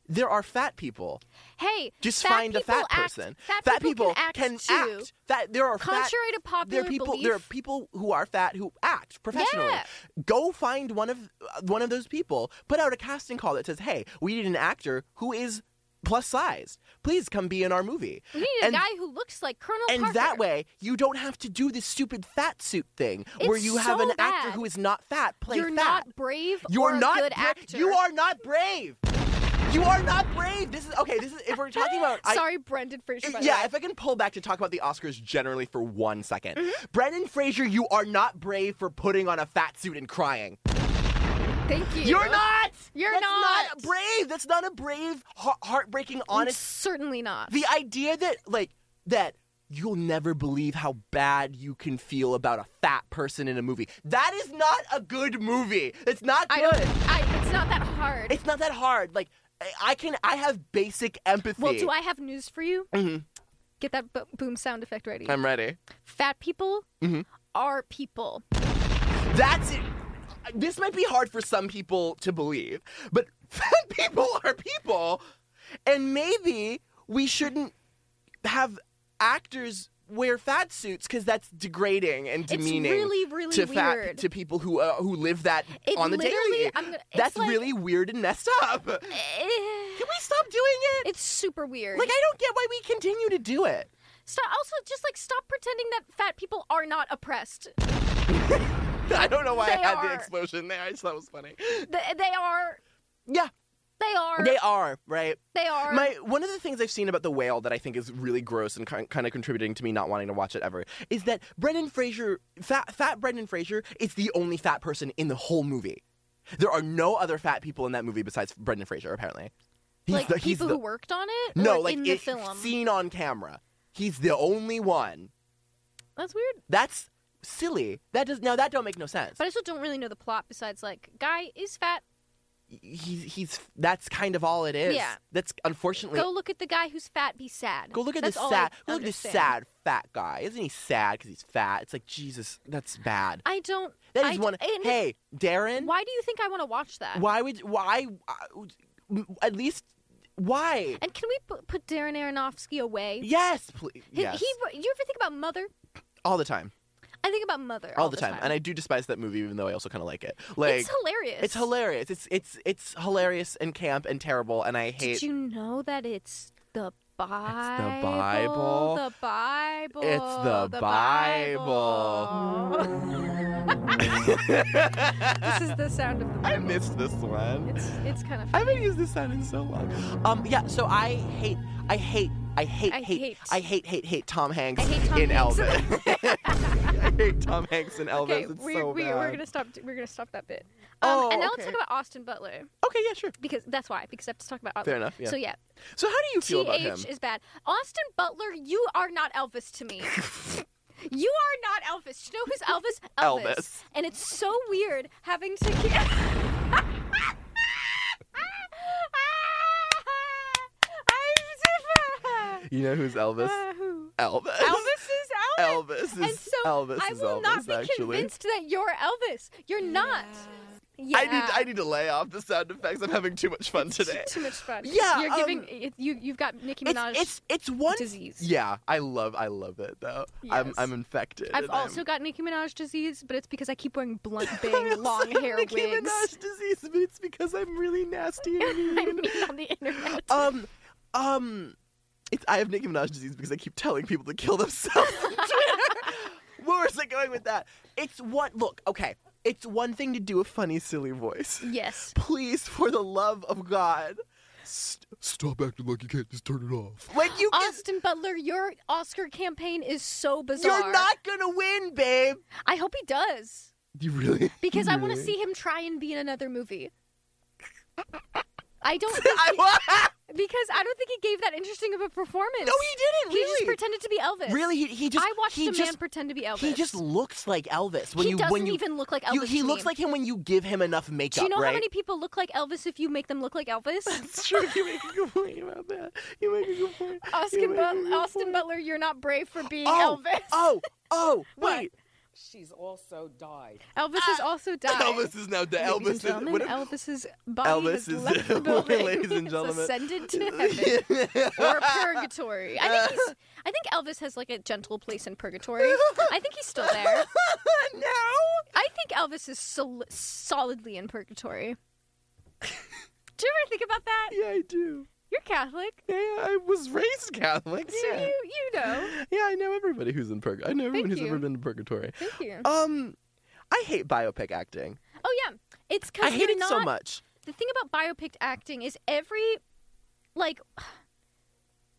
Speaker 1: There are fat people.
Speaker 2: Hey,
Speaker 1: Just
Speaker 2: fat
Speaker 1: find a
Speaker 2: people
Speaker 1: fat
Speaker 2: act-
Speaker 1: person.
Speaker 2: Fat,
Speaker 1: people,
Speaker 2: can
Speaker 1: can
Speaker 2: act too.
Speaker 1: That there are fat
Speaker 2: Contrary to
Speaker 1: there
Speaker 2: popular
Speaker 1: are people
Speaker 2: belief,
Speaker 1: there are people who are fat who act professionally.
Speaker 2: Yeah.
Speaker 1: Go find one of uh, one of those people. Put out a casting call that says, "Hey, we need an actor who is plus size. Please come be in our movie."
Speaker 2: we need a
Speaker 1: and-
Speaker 2: guy who looks like Colonel
Speaker 1: And
Speaker 2: Parker.
Speaker 1: that way, you don't have to do this stupid fat suit thing where
Speaker 2: It's
Speaker 1: you have
Speaker 2: so
Speaker 1: an actor
Speaker 2: bad.
Speaker 1: who is not fat play
Speaker 2: you're
Speaker 1: fat.
Speaker 2: not brave
Speaker 1: You
Speaker 2: or
Speaker 1: are
Speaker 2: a
Speaker 1: not
Speaker 2: good
Speaker 1: bra-
Speaker 2: actor.
Speaker 1: You are not brave. You are not brave. This is okay. This is if we're talking about. I-
Speaker 2: Sorry, Brendan Fraser. by the
Speaker 1: yeah,
Speaker 2: way.
Speaker 1: if I can pull back to talk about the Oscars generally for one second.
Speaker 2: Mm-hmm.
Speaker 1: Brendan Fraser, you are not brave for putting on a fat suit and crying.
Speaker 2: Thank you.
Speaker 1: You're not.
Speaker 2: You're
Speaker 1: That's not.
Speaker 2: not.
Speaker 1: brave. That's not a brave, heart- heartbreaking, honest
Speaker 2: Certainly not.
Speaker 1: the idea that like that you'll never believe how bad you can feel about a fat person in a movie that is not a good movie it's not
Speaker 2: I
Speaker 1: good
Speaker 2: don't. I, it's not that hard.
Speaker 1: it's not that hard like I- i can i have basic empathy
Speaker 2: well, do I have news for you?
Speaker 1: Mhm.
Speaker 2: Get that bo- boom sound effect ready.
Speaker 1: i'm ready
Speaker 2: Fat people
Speaker 1: Mhm.
Speaker 2: are people.
Speaker 1: that's it this might be hard for some people to believe but fat people are people and maybe we shouldn't have actors wear fat suits because that's degrading and demeaning
Speaker 2: It's really, really
Speaker 1: to
Speaker 2: weird.
Speaker 1: fat to people who uh, who live that
Speaker 2: It
Speaker 1: on the
Speaker 2: literally-
Speaker 1: daily.
Speaker 2: I'm gonna- it's
Speaker 1: That's
Speaker 2: like-
Speaker 1: really weird and messed up. Can
Speaker 2: Eh,
Speaker 1: we stop doing it?
Speaker 2: It's super weird.
Speaker 1: Like I don't get why we continue to do it.
Speaker 2: Stop, also, just like stop pretending that fat people are not oppressed.
Speaker 1: I don't know why
Speaker 2: They
Speaker 1: I had
Speaker 2: are.
Speaker 1: the explosion there. I just thought it was funny.
Speaker 2: They, they are.
Speaker 1: Yeah,
Speaker 2: They are.
Speaker 1: they are right.
Speaker 2: they are.
Speaker 1: My one of the things I've seen about the whale that I think is really gross and kind of contributing to me not wanting to watch it ever is that Brendan Fraser, fat fat Brendan Fraser, is the only fat person in the whole movie. There are no other fat people in that movie besides Brendan Fraser. Apparently, He's
Speaker 2: like
Speaker 1: the- he's
Speaker 2: people
Speaker 1: the-
Speaker 2: who worked on it.
Speaker 1: No,
Speaker 2: or
Speaker 1: like
Speaker 2: in the
Speaker 1: it-
Speaker 2: film.
Speaker 1: seen on camera. He's the only one.
Speaker 2: That's weird.
Speaker 1: That's silly. That does now that don't make no sense.
Speaker 2: But I also don't really know the plot besides like guy is fat.
Speaker 1: he's he's that's kind of all it is.
Speaker 2: Yeah.
Speaker 1: That's unfortunately.
Speaker 2: Go look at the guy who's fat. Be sad.
Speaker 1: Go look at
Speaker 2: That's
Speaker 1: this
Speaker 2: all
Speaker 1: sad.
Speaker 2: I
Speaker 1: Go look at this
Speaker 2: understand.
Speaker 1: sad fat guy. Isn't he sad because he's fat? It's like Jesus. That's bad.
Speaker 2: I don't.
Speaker 1: That
Speaker 2: I
Speaker 1: is
Speaker 2: d-
Speaker 1: one.
Speaker 2: and
Speaker 1: Hey, Darren.
Speaker 2: Why do you think I want to watch that?
Speaker 1: why would why? Uh, at least why?
Speaker 2: And can we put, put Darren Aronofsky away?
Speaker 1: Yes, please.
Speaker 2: He,
Speaker 1: yes.
Speaker 2: he- you ever think about Mother?
Speaker 1: all the time.
Speaker 2: I think about Mother
Speaker 1: All, the time. And I do despise that movie, even though I also kind of like it. Like
Speaker 2: it's hilarious.
Speaker 1: It's hilarious. It's it's it's hilarious and camp and terrible, and I
Speaker 2: Did
Speaker 1: hate.
Speaker 2: you know that it's the Bible?
Speaker 1: Bible.
Speaker 2: The Bible.
Speaker 1: It's the
Speaker 2: this is the sound of the
Speaker 1: I
Speaker 2: Bible.
Speaker 1: missed this one.
Speaker 2: It's it's kind of
Speaker 1: I
Speaker 2: funny.
Speaker 1: haven't used this sound in so long. Um, yeah. So I hate. I hate. I hate.
Speaker 2: I
Speaker 1: hate,
Speaker 2: hate.
Speaker 1: I hate. Hate. Hate. Tom Hanks
Speaker 2: I hate Tom
Speaker 1: in
Speaker 2: Hanks.
Speaker 1: Elvis. I hate Tom Hanks in Elvis.
Speaker 2: okay,
Speaker 1: it's
Speaker 2: we're,
Speaker 1: so
Speaker 2: we,
Speaker 1: bad.
Speaker 2: we're gonna stop. We're gonna stop that bit. Um,
Speaker 1: Oh,
Speaker 2: and now
Speaker 1: okay.
Speaker 2: let's talk about Austin Butler
Speaker 1: Okay. Yeah. Sure.
Speaker 2: because that's why because I have to talk about.
Speaker 1: Fair enough, yeah.
Speaker 2: So yeah,
Speaker 1: So how do you feel about him?
Speaker 2: TH is bad. Austin Butler, you are not Elvis to me. you are not Elvis. Do you know who's Elvis? Elvis.
Speaker 1: Elvis.
Speaker 2: And it's so weird having to. Ke- I'm
Speaker 1: You know who's Elvis?
Speaker 2: Elvis.
Speaker 1: Elvis.
Speaker 2: Uh, Elvis is Elvis.
Speaker 1: Elvis is
Speaker 2: and so
Speaker 1: Elvis
Speaker 2: I
Speaker 1: is
Speaker 2: will
Speaker 1: Elvis.
Speaker 2: not be
Speaker 1: actually.
Speaker 2: convinced that you're Elvis. You're not. Yeah.
Speaker 1: I need I need to lay off the sound effects. I'm having too much fun today.
Speaker 2: Too much fun.
Speaker 1: Yeah, um,
Speaker 2: You're giving you. You've got Nicki Minaj.
Speaker 1: It's it's it's one
Speaker 2: disease.
Speaker 1: Yeah, I love I love it though. I'm
Speaker 2: Yes.
Speaker 1: I'm infected.
Speaker 2: I've
Speaker 1: and I'm-
Speaker 2: also got Nicki Minaj disease, but it's because I keep wearing blunt bang
Speaker 1: also
Speaker 2: long
Speaker 1: have
Speaker 2: hair
Speaker 1: Nicki
Speaker 2: wigs.
Speaker 1: Minaj disease, but it's because I'm really nasty and
Speaker 2: I
Speaker 1: mean.
Speaker 2: mean on the internet.
Speaker 1: um, um, it's I have Nicki Minaj disease because I keep telling people to kill themselves. on Twitter. Where was I going with that? It's one look. Okay, it's one thing to do a funny, silly voice.
Speaker 2: yes.
Speaker 1: Please, for the love of God, st- stop acting like you can't just turn it off. Like you can.
Speaker 2: Austin Butler, your Oscar campaign is so bizarre.
Speaker 1: You're not gonna win, babe.
Speaker 2: I hope he does.
Speaker 1: You really?
Speaker 2: Because I want to
Speaker 1: Really?
Speaker 2: see him try and be in another movie. I don't think
Speaker 1: I,
Speaker 2: he-
Speaker 1: wa-
Speaker 2: because I don't think he gave that interesting of a performance.
Speaker 1: no, he didn't.
Speaker 2: He just
Speaker 1: really.
Speaker 2: pretended to be Elvis.
Speaker 1: Really, he, he just.
Speaker 2: I watched
Speaker 1: he
Speaker 2: a man
Speaker 1: just,
Speaker 2: pretend to be Elvis.
Speaker 1: He just looks like Elvis when
Speaker 2: he
Speaker 1: you
Speaker 2: doesn't
Speaker 1: when you,
Speaker 2: even look like Elvis.
Speaker 1: you- he
Speaker 2: to
Speaker 1: looks
Speaker 2: me.
Speaker 1: like him when you give him enough makeup.
Speaker 2: Do you know
Speaker 1: right?
Speaker 2: how many people look like Elvis if you make them look like Elvis?
Speaker 1: It's true. You make a good point about that. You make a good point. You
Speaker 2: Austin,
Speaker 1: make a
Speaker 2: But-
Speaker 1: good
Speaker 2: Austin
Speaker 1: point.
Speaker 2: Butler, you're not brave for being
Speaker 1: Oh,
Speaker 2: Elvis.
Speaker 1: Oh, oh,
Speaker 2: What?
Speaker 1: wait.
Speaker 4: She's also died.
Speaker 2: Elvis has also died.
Speaker 1: ah, Elvis is now dead.
Speaker 2: Ladies and
Speaker 1: Elvis is.
Speaker 2: gentlemen,
Speaker 1: What if-
Speaker 2: Elvis's body has
Speaker 1: Elvis is-
Speaker 2: left the building.
Speaker 1: ladies and gentlemen.
Speaker 2: it's ascended to heaven or purgatory. I think he's. I think Elvis has like a gentle place in purgatory. I think he's still there.
Speaker 1: no.
Speaker 2: I think Elvis is sol- solidly in purgatory. Do you ever think about that?
Speaker 1: Yeah, I do.
Speaker 2: You're Catholic,
Speaker 1: Yeah, I was raised Catholic.
Speaker 2: so
Speaker 1: yeah.
Speaker 2: you you know.
Speaker 1: Yeah, I know everybody who's in purgatory. I know everyone
Speaker 2: Thank
Speaker 1: who's
Speaker 2: you.
Speaker 1: ever been in purgatory.
Speaker 2: Thank you.
Speaker 1: Um, I hate biopic acting.
Speaker 2: Oh yeah, it's
Speaker 1: I
Speaker 2: because
Speaker 1: hate
Speaker 2: you're
Speaker 1: it
Speaker 2: not.
Speaker 1: so much.
Speaker 2: The thing about biopic acting is every, like,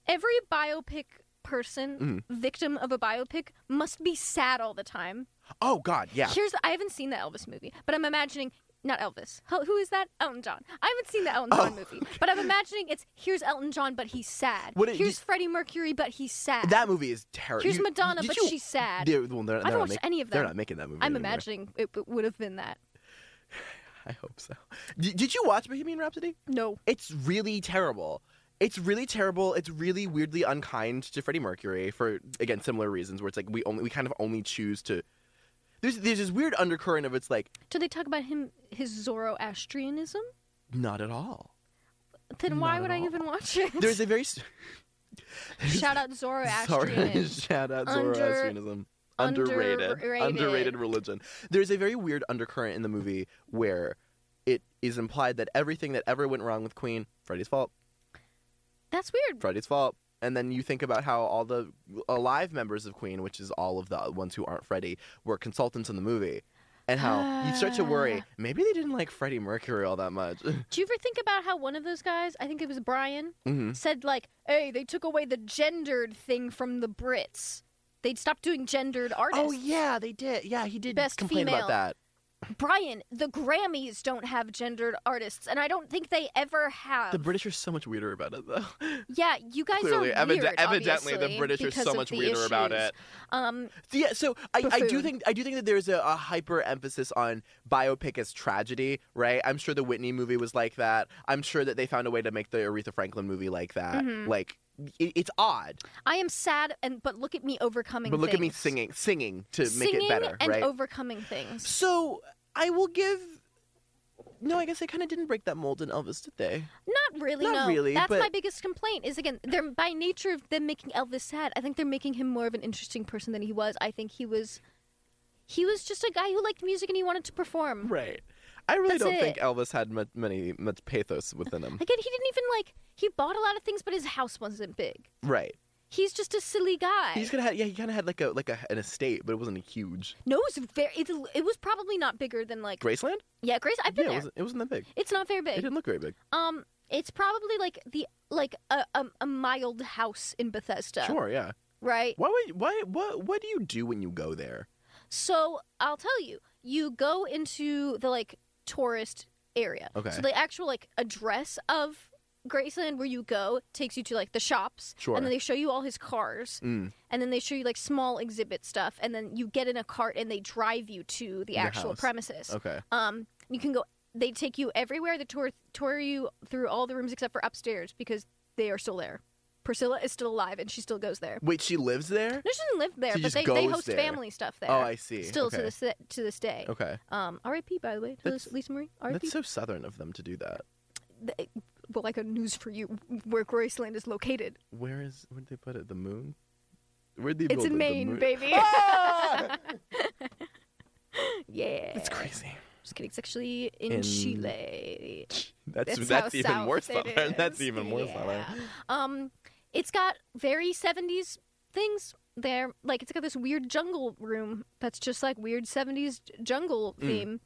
Speaker 2: every biopic person
Speaker 1: Mm-hmm.
Speaker 2: victim of a biopic must be sad all the time.
Speaker 1: Oh God, yeah.
Speaker 2: Here's the, I haven't seen the Elvis movie, but I'm imagining not Elvis. Who, who is that? Elton John. I haven't seen the Elton John
Speaker 1: Oh,
Speaker 2: movie, but I'm imagining it's here's Elton John, but he's sad.
Speaker 1: What it-
Speaker 2: here's
Speaker 1: you-
Speaker 2: Freddie Mercury, but he's sad.
Speaker 1: That movie is terrible.
Speaker 2: here's Madonna, but she's sad.
Speaker 1: Yeah, well, they're,
Speaker 2: I
Speaker 1: they're
Speaker 2: haven't
Speaker 1: not
Speaker 2: watched
Speaker 1: make-
Speaker 2: any of
Speaker 1: They're
Speaker 2: them.
Speaker 1: not making that movie.
Speaker 2: I'm
Speaker 1: anymore.
Speaker 2: imagining it, it would have been that.
Speaker 1: I hope so. D- did you watch Bohemian Rhapsody?
Speaker 2: No.
Speaker 1: It's really terrible. It's really terrible. It's really weirdly unkind to Freddie Mercury for again similar reasons, where it's like we only we kind of only choose to. There's there's this weird undercurrent of it's like
Speaker 2: Do they talk about him his Zoroastrianism?
Speaker 1: not at all.
Speaker 2: Then why
Speaker 1: Not
Speaker 2: would
Speaker 1: at
Speaker 2: I
Speaker 1: all.
Speaker 2: even watch it?
Speaker 1: There's a very s-
Speaker 2: Shout out
Speaker 1: Sorry,
Speaker 2: Zoroastrian.
Speaker 1: shout out
Speaker 2: Under-
Speaker 1: Zoroastrianism. Underrated,
Speaker 2: underrated.
Speaker 1: underrated religion. There's a very weird undercurrent in the movie where it is implied that everything that ever went wrong with Queen, Freddie's fault,
Speaker 2: That's weird.
Speaker 1: Freddie's fault. And then you think about how all the alive members of Queen, which is all of the ones who aren't Freddie, were consultants in the movie. And how you start to worry,
Speaker 2: Ah.
Speaker 1: maybe they didn't like Freddie Mercury all that much.
Speaker 2: Do you ever think about how one of those guys, I think it was Brian,
Speaker 1: hmm
Speaker 2: said like, "Hey, they took away the gendered thing from the Brits. They stopped doing gendered artists."
Speaker 1: Oh, yeah, they did. Yeah, he did
Speaker 2: Best
Speaker 1: complain
Speaker 2: female.
Speaker 1: about that.
Speaker 2: Brian, the Grammys don't have gendered artists, and I don't think they ever have.
Speaker 1: The British are so much weirder about it, though.
Speaker 2: yeah, you guys
Speaker 1: Clearly,
Speaker 2: are
Speaker 1: evide-
Speaker 2: weird,
Speaker 1: evidently the
Speaker 2: obviously,
Speaker 1: British are
Speaker 2: because
Speaker 1: so
Speaker 2: of
Speaker 1: much
Speaker 2: the
Speaker 1: weirder about
Speaker 2: issues.
Speaker 1: it.
Speaker 2: Um,
Speaker 1: Yeah, so I, I do
Speaker 2: Buffoon.
Speaker 1: think I do think that there's a, a hyper emphasis on biopic as tragedy, right? I'm sure the Whitney movie was like that. I'm sure that they found a way to make the Aretha Franklin movie like that.
Speaker 2: Mhm.
Speaker 1: Like it, it's odd,
Speaker 2: I am sad, and but look at me overcoming.
Speaker 1: but look at me
Speaker 2: things.
Speaker 1: singing, singing to make it
Speaker 2: Singing
Speaker 1: better,
Speaker 2: and
Speaker 1: right?
Speaker 2: overcoming things.
Speaker 1: so I will give. No, I guess they kind of didn't break that mold in Elvis, did they?
Speaker 2: Not really.
Speaker 1: Not
Speaker 2: no,
Speaker 1: really,
Speaker 2: that's
Speaker 1: but-
Speaker 2: my biggest complaint. Is again, they're by nature of them making Elvis sad. I think they're making him more of an interesting person than he was. I think he was, he was just a guy who liked music and he wanted to perform.
Speaker 1: Right. I really
Speaker 2: That's
Speaker 1: don't think
Speaker 2: it.
Speaker 1: Elvis had much, many much pathos within him.
Speaker 2: Again, he didn't even like. He bought a lot of things, but his house wasn't big.
Speaker 1: Right.
Speaker 2: He's just a silly guy.
Speaker 1: He's gonna have yeah. He kind of had like a like a, an estate, but it wasn't huge.
Speaker 2: No, it was very. It, it was probably not bigger than like.
Speaker 1: Graceland?
Speaker 2: Yeah, Grace. I've
Speaker 1: yeah,
Speaker 2: been
Speaker 1: it
Speaker 2: there.
Speaker 1: wasn't, it wasn't that big.
Speaker 2: It's not very
Speaker 1: It
Speaker 2: big.
Speaker 1: didn't look very big.
Speaker 2: Um, it's probably like the like a a, a mild house in Bethesda.
Speaker 1: Sure, yeah.
Speaker 2: Right.
Speaker 1: Why would why what what do you do when you go there?
Speaker 2: So I'll tell you, you go into the like tourist area.
Speaker 1: Okay.
Speaker 2: So the actual like address of Graceland where you go takes you to like the shops.
Speaker 1: Sure.
Speaker 2: And then they show you all his cars.
Speaker 1: Mm.
Speaker 2: And then they show you like small exhibit stuff. And then you get in a cart and they drive you to the
Speaker 1: The
Speaker 2: actual
Speaker 1: house. Oh.
Speaker 2: premises.
Speaker 1: Okay.
Speaker 2: Um, you can go. They take you everywhere. They tour tour you through all the rooms except for upstairs because they are still there. Priscilla is still alive and she still goes there.
Speaker 1: Wait, she lives there?
Speaker 2: No, she doesn't live there,
Speaker 1: She
Speaker 2: but
Speaker 1: just
Speaker 2: they, they
Speaker 1: goes
Speaker 2: host
Speaker 1: there.
Speaker 2: family stuff there.
Speaker 1: Oh, I see.
Speaker 2: Still
Speaker 1: okay.
Speaker 2: to this to this day.
Speaker 1: Okay.
Speaker 2: Um, R.I.P. By the way, to
Speaker 1: That's-
Speaker 2: Lisa Marie. R.I.P.
Speaker 1: That's so southern of them to do that.
Speaker 2: Th- well, I got news for you. Where Graceland is located,
Speaker 1: Where is where'd they put it? The moon? Where'd they
Speaker 2: it's
Speaker 1: build it?
Speaker 2: in
Speaker 1: The
Speaker 2: Maine,
Speaker 1: moon?
Speaker 2: baby.
Speaker 1: Ah!
Speaker 2: yeah.
Speaker 1: That's crazy.
Speaker 2: Just kidding. It's actually in,
Speaker 1: In-
Speaker 2: Chile.
Speaker 1: That's
Speaker 2: That's
Speaker 1: that's,
Speaker 2: how
Speaker 1: even
Speaker 2: south
Speaker 1: more
Speaker 2: it
Speaker 1: southern. That's
Speaker 2: is.
Speaker 1: even more
Speaker 2: Yeah.
Speaker 1: southern.
Speaker 2: Um, it's got very 70s things there. Like, it's got this weird jungle room that's just like weird 70s jungle
Speaker 1: Mm.
Speaker 2: theme.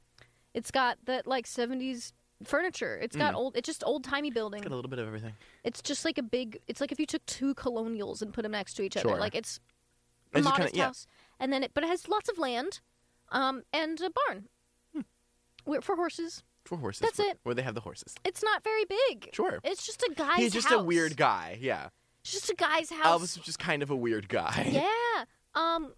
Speaker 2: It's got that like 70s furniture. It's got
Speaker 1: Mm.
Speaker 2: old, it's just old timey building.
Speaker 1: It's got a little bit of everything.
Speaker 2: It's just like a big, it's like if you took two colonials and put them next to each other.
Speaker 1: Sure.
Speaker 2: Like, it's a
Speaker 1: It's just
Speaker 2: modest
Speaker 1: kinda- yeah.
Speaker 2: house. And then it, but it has lots of land um, and a barn
Speaker 1: Hmm.
Speaker 2: Where- for horses.
Speaker 1: For horses.
Speaker 2: That's
Speaker 1: where,
Speaker 2: it.
Speaker 1: Where they have the horses.
Speaker 2: It's not very big.
Speaker 1: Sure.
Speaker 2: It's just a guy's
Speaker 1: He's just
Speaker 2: house.
Speaker 1: a weird guy. Yeah.
Speaker 2: It's just a guy's
Speaker 1: Elvis
Speaker 2: house.
Speaker 1: was just kind of a weird guy.
Speaker 2: yeah. Um,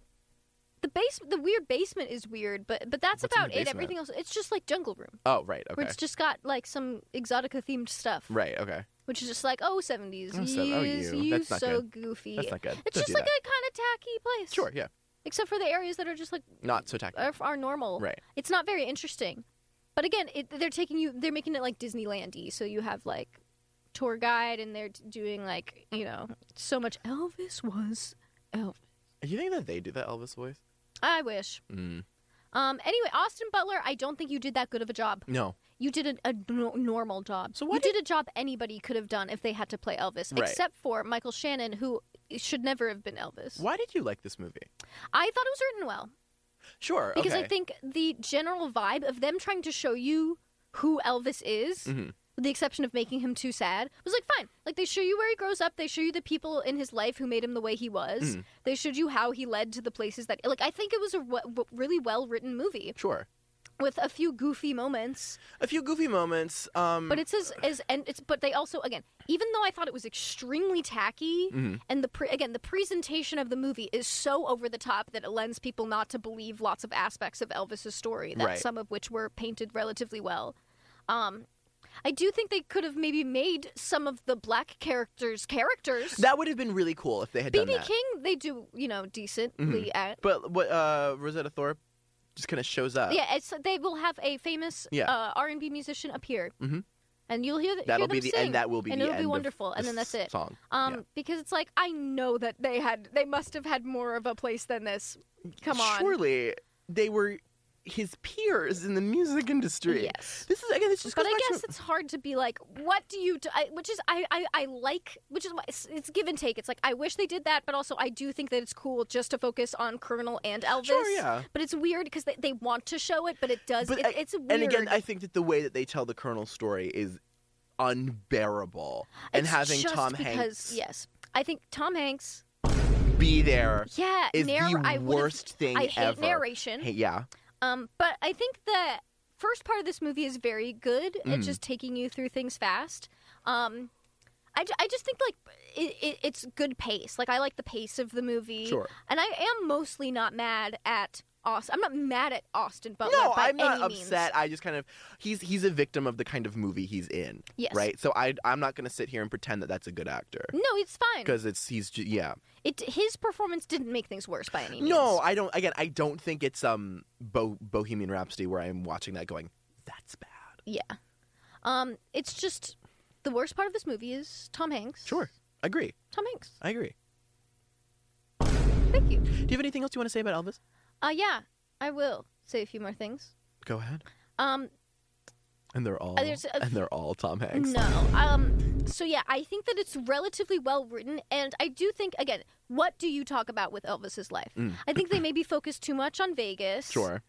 Speaker 2: the base, the weird basement is weird, but but that's
Speaker 1: What's in
Speaker 2: about
Speaker 1: the
Speaker 2: it. Everything else, it's just like jungle room,
Speaker 1: Oh, right. Okay.
Speaker 2: where it's just got like some exotica themed stuff,
Speaker 1: Right. Okay.
Speaker 2: which is just like oh seventies,
Speaker 1: Oh, sev- oh,
Speaker 2: yes,
Speaker 1: you.
Speaker 2: you
Speaker 1: That's not
Speaker 2: so
Speaker 1: good.
Speaker 2: goofy.
Speaker 1: That's not good.
Speaker 2: It's
Speaker 1: Don't
Speaker 2: just
Speaker 1: do
Speaker 2: like
Speaker 1: that.
Speaker 2: a kind of tacky place.
Speaker 1: Sure. Yeah.
Speaker 2: except for the areas that are just like uh,
Speaker 1: Not so technical.
Speaker 2: are, are normal.
Speaker 1: Right.
Speaker 2: It's not very interesting. But again, it, they're taking you. They're making it like Disneylandy. So you have like tour guide, and they're t- doing like you know so much. Elvis was Elvis.
Speaker 1: You think that they do that Elvis voice?
Speaker 2: I wish.
Speaker 1: Mm.
Speaker 2: Um. Anyway, Austin Butler, I don't think you did that good of a job.
Speaker 1: No.
Speaker 2: You did an, a no- normal job.
Speaker 1: So
Speaker 2: you
Speaker 1: what
Speaker 2: did a job anybody could have done if they had to play Elvis,
Speaker 1: Right.
Speaker 2: except for Michael Shannon, who should never have been Elvis.
Speaker 1: Why did you like this movie?
Speaker 2: I thought it was written well.
Speaker 1: Sure.
Speaker 2: because
Speaker 1: okay.
Speaker 2: I think the general vibe of them trying to show you who Elvis is,
Speaker 1: Mhm.
Speaker 2: with the exception of making him too sad, was like fine. Like they show you where he grows up, they show you the people in his life who made him the way he was,
Speaker 1: Mm.
Speaker 2: they showed you how he led to the places that. Like I think it was a w- w- really well written movie
Speaker 1: Sure.
Speaker 2: with a few goofy moments,
Speaker 1: A few goofy moments. Um,
Speaker 2: but it's as, as and it's but they also again even though I thought it was extremely tacky.
Speaker 1: Mhm.
Speaker 2: And the pre- again, the presentation of the movie is so over the top that it lends people not to believe lots of aspects of Elvis's story, that
Speaker 1: Right.
Speaker 2: some of which were painted relatively well. Um, I do think they could have maybe made some of the black characters characters.
Speaker 1: That would have been really cool if they had done
Speaker 2: BB
Speaker 1: that. Mm-hmm.
Speaker 2: King, they do you know decently at.
Speaker 1: But what uh, Rosetta Thorpe just kind of shows up.
Speaker 2: Yeah, it's they will have a famous
Speaker 1: Uh. Yeah.
Speaker 2: uh, R and B musician appear,
Speaker 1: Mhm.
Speaker 2: and you'll hear, th- hear
Speaker 1: That'll
Speaker 2: them
Speaker 1: be the
Speaker 2: sing.
Speaker 1: and that will be
Speaker 2: and
Speaker 1: the
Speaker 2: it'll
Speaker 1: end
Speaker 2: be
Speaker 1: of
Speaker 2: wonderful, and
Speaker 1: the
Speaker 2: then that's
Speaker 1: s-
Speaker 2: it.
Speaker 1: Song.
Speaker 2: Um,
Speaker 1: Yeah.
Speaker 2: because it's like I know that they had they must have had more of a place than this. Come on,
Speaker 1: Surely they were his peers in the music industry.
Speaker 2: Yes.
Speaker 1: This is again. This just
Speaker 2: But
Speaker 1: goes
Speaker 2: I
Speaker 1: back
Speaker 2: guess
Speaker 1: to,
Speaker 2: it's hard to be like, what do you do? I, which is, I, I, I like, which is, why it's, it's give and take. It's like, I wish they did that, but also I do think that it's cool just to focus on Colonel and Elvis.
Speaker 1: Sure, yeah.
Speaker 2: But it's weird because they, they want to show it, but it does.
Speaker 1: But
Speaker 2: it's,
Speaker 1: I-
Speaker 2: it's weird.
Speaker 1: and again, I think that the way that they tell the Colonel's story is unbearable. And
Speaker 2: It's
Speaker 1: having
Speaker 2: just
Speaker 1: Tom
Speaker 2: because,
Speaker 1: Hanks
Speaker 2: Yes. I think Tom Hanks,
Speaker 1: be there
Speaker 2: yeah,
Speaker 1: is
Speaker 2: narr-
Speaker 1: the
Speaker 2: I would've-
Speaker 1: worst thing
Speaker 2: I hate
Speaker 1: ever.
Speaker 2: narration.
Speaker 1: Hey, yeah.
Speaker 2: Um, but I think the first part of this movie is very good at
Speaker 1: Mm.
Speaker 2: just taking you through things fast. Um, I, ju- I just think like it, it, it's good pace. Like I like the pace of the movie.
Speaker 1: Sure.
Speaker 2: And I am mostly not mad at Austin. I'm not mad at Austin Butler.
Speaker 1: no,
Speaker 2: by
Speaker 1: I'm not
Speaker 2: any means.
Speaker 1: upset. I just kind of he's he's a victim of the kind of movie he's in.
Speaker 2: Yes.
Speaker 1: Right. So I I'm not going to sit here and pretend that that's a good actor
Speaker 2: No, it's fine.
Speaker 1: because it's he's ju- yeah.
Speaker 2: It his performance didn't make things worse by any means.
Speaker 1: No, I don't. Again, I don't think it's um Bo- Bohemian Rhapsody where I'm watching that going that's bad.
Speaker 2: Um, it's just the worst part of this movie is Tom Hanks.
Speaker 1: Sure. Agree.
Speaker 2: Tom Hanks.
Speaker 1: I agree.
Speaker 2: Thank you.
Speaker 1: Do you have anything else you want to say about Elvis?
Speaker 2: Uh, yeah, I will say a few more things.
Speaker 1: Go ahead.
Speaker 2: Um,
Speaker 1: And they're all
Speaker 2: there's a-
Speaker 1: and they're all Tom Hanks.
Speaker 2: No. Um. So yeah, I think that it's relatively well written, and I do think again, what do you talk about with Elvis's life?
Speaker 1: Mm.
Speaker 2: I think they maybe focus too much on Vegas,
Speaker 1: Sure.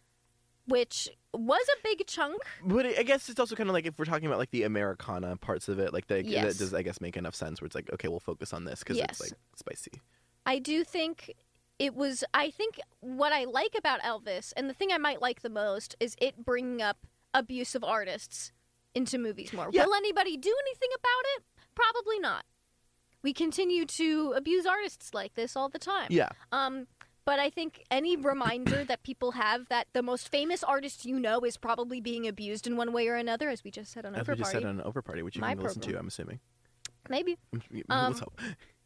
Speaker 2: which was a big chunk.
Speaker 1: But I guess it's also kind of like if we're talking about like the Americana parts of it, like the,
Speaker 2: Yes.
Speaker 1: that does I guess make enough sense where it's like okay, we'll focus on this because
Speaker 2: Yes.
Speaker 1: it's like spicy.
Speaker 2: I do think it was. I think what I like about Elvis, and the thing I might like the most, is it bringing up abusive artists into movies more.
Speaker 1: Yeah.
Speaker 2: Will anybody do anything about it? Probably not. We continue to abuse artists like this all the time.
Speaker 1: Yeah.
Speaker 2: Um, but I think any reminder that people have that the most famous artist you know is probably being abused in one way or another, as we just said on
Speaker 1: As
Speaker 2: Over
Speaker 1: we just
Speaker 2: Party,
Speaker 1: said on an over party, which you
Speaker 2: My
Speaker 1: can listen to,
Speaker 2: program.
Speaker 1: I'm assuming.
Speaker 2: maybe, Um,
Speaker 1: Let's hope.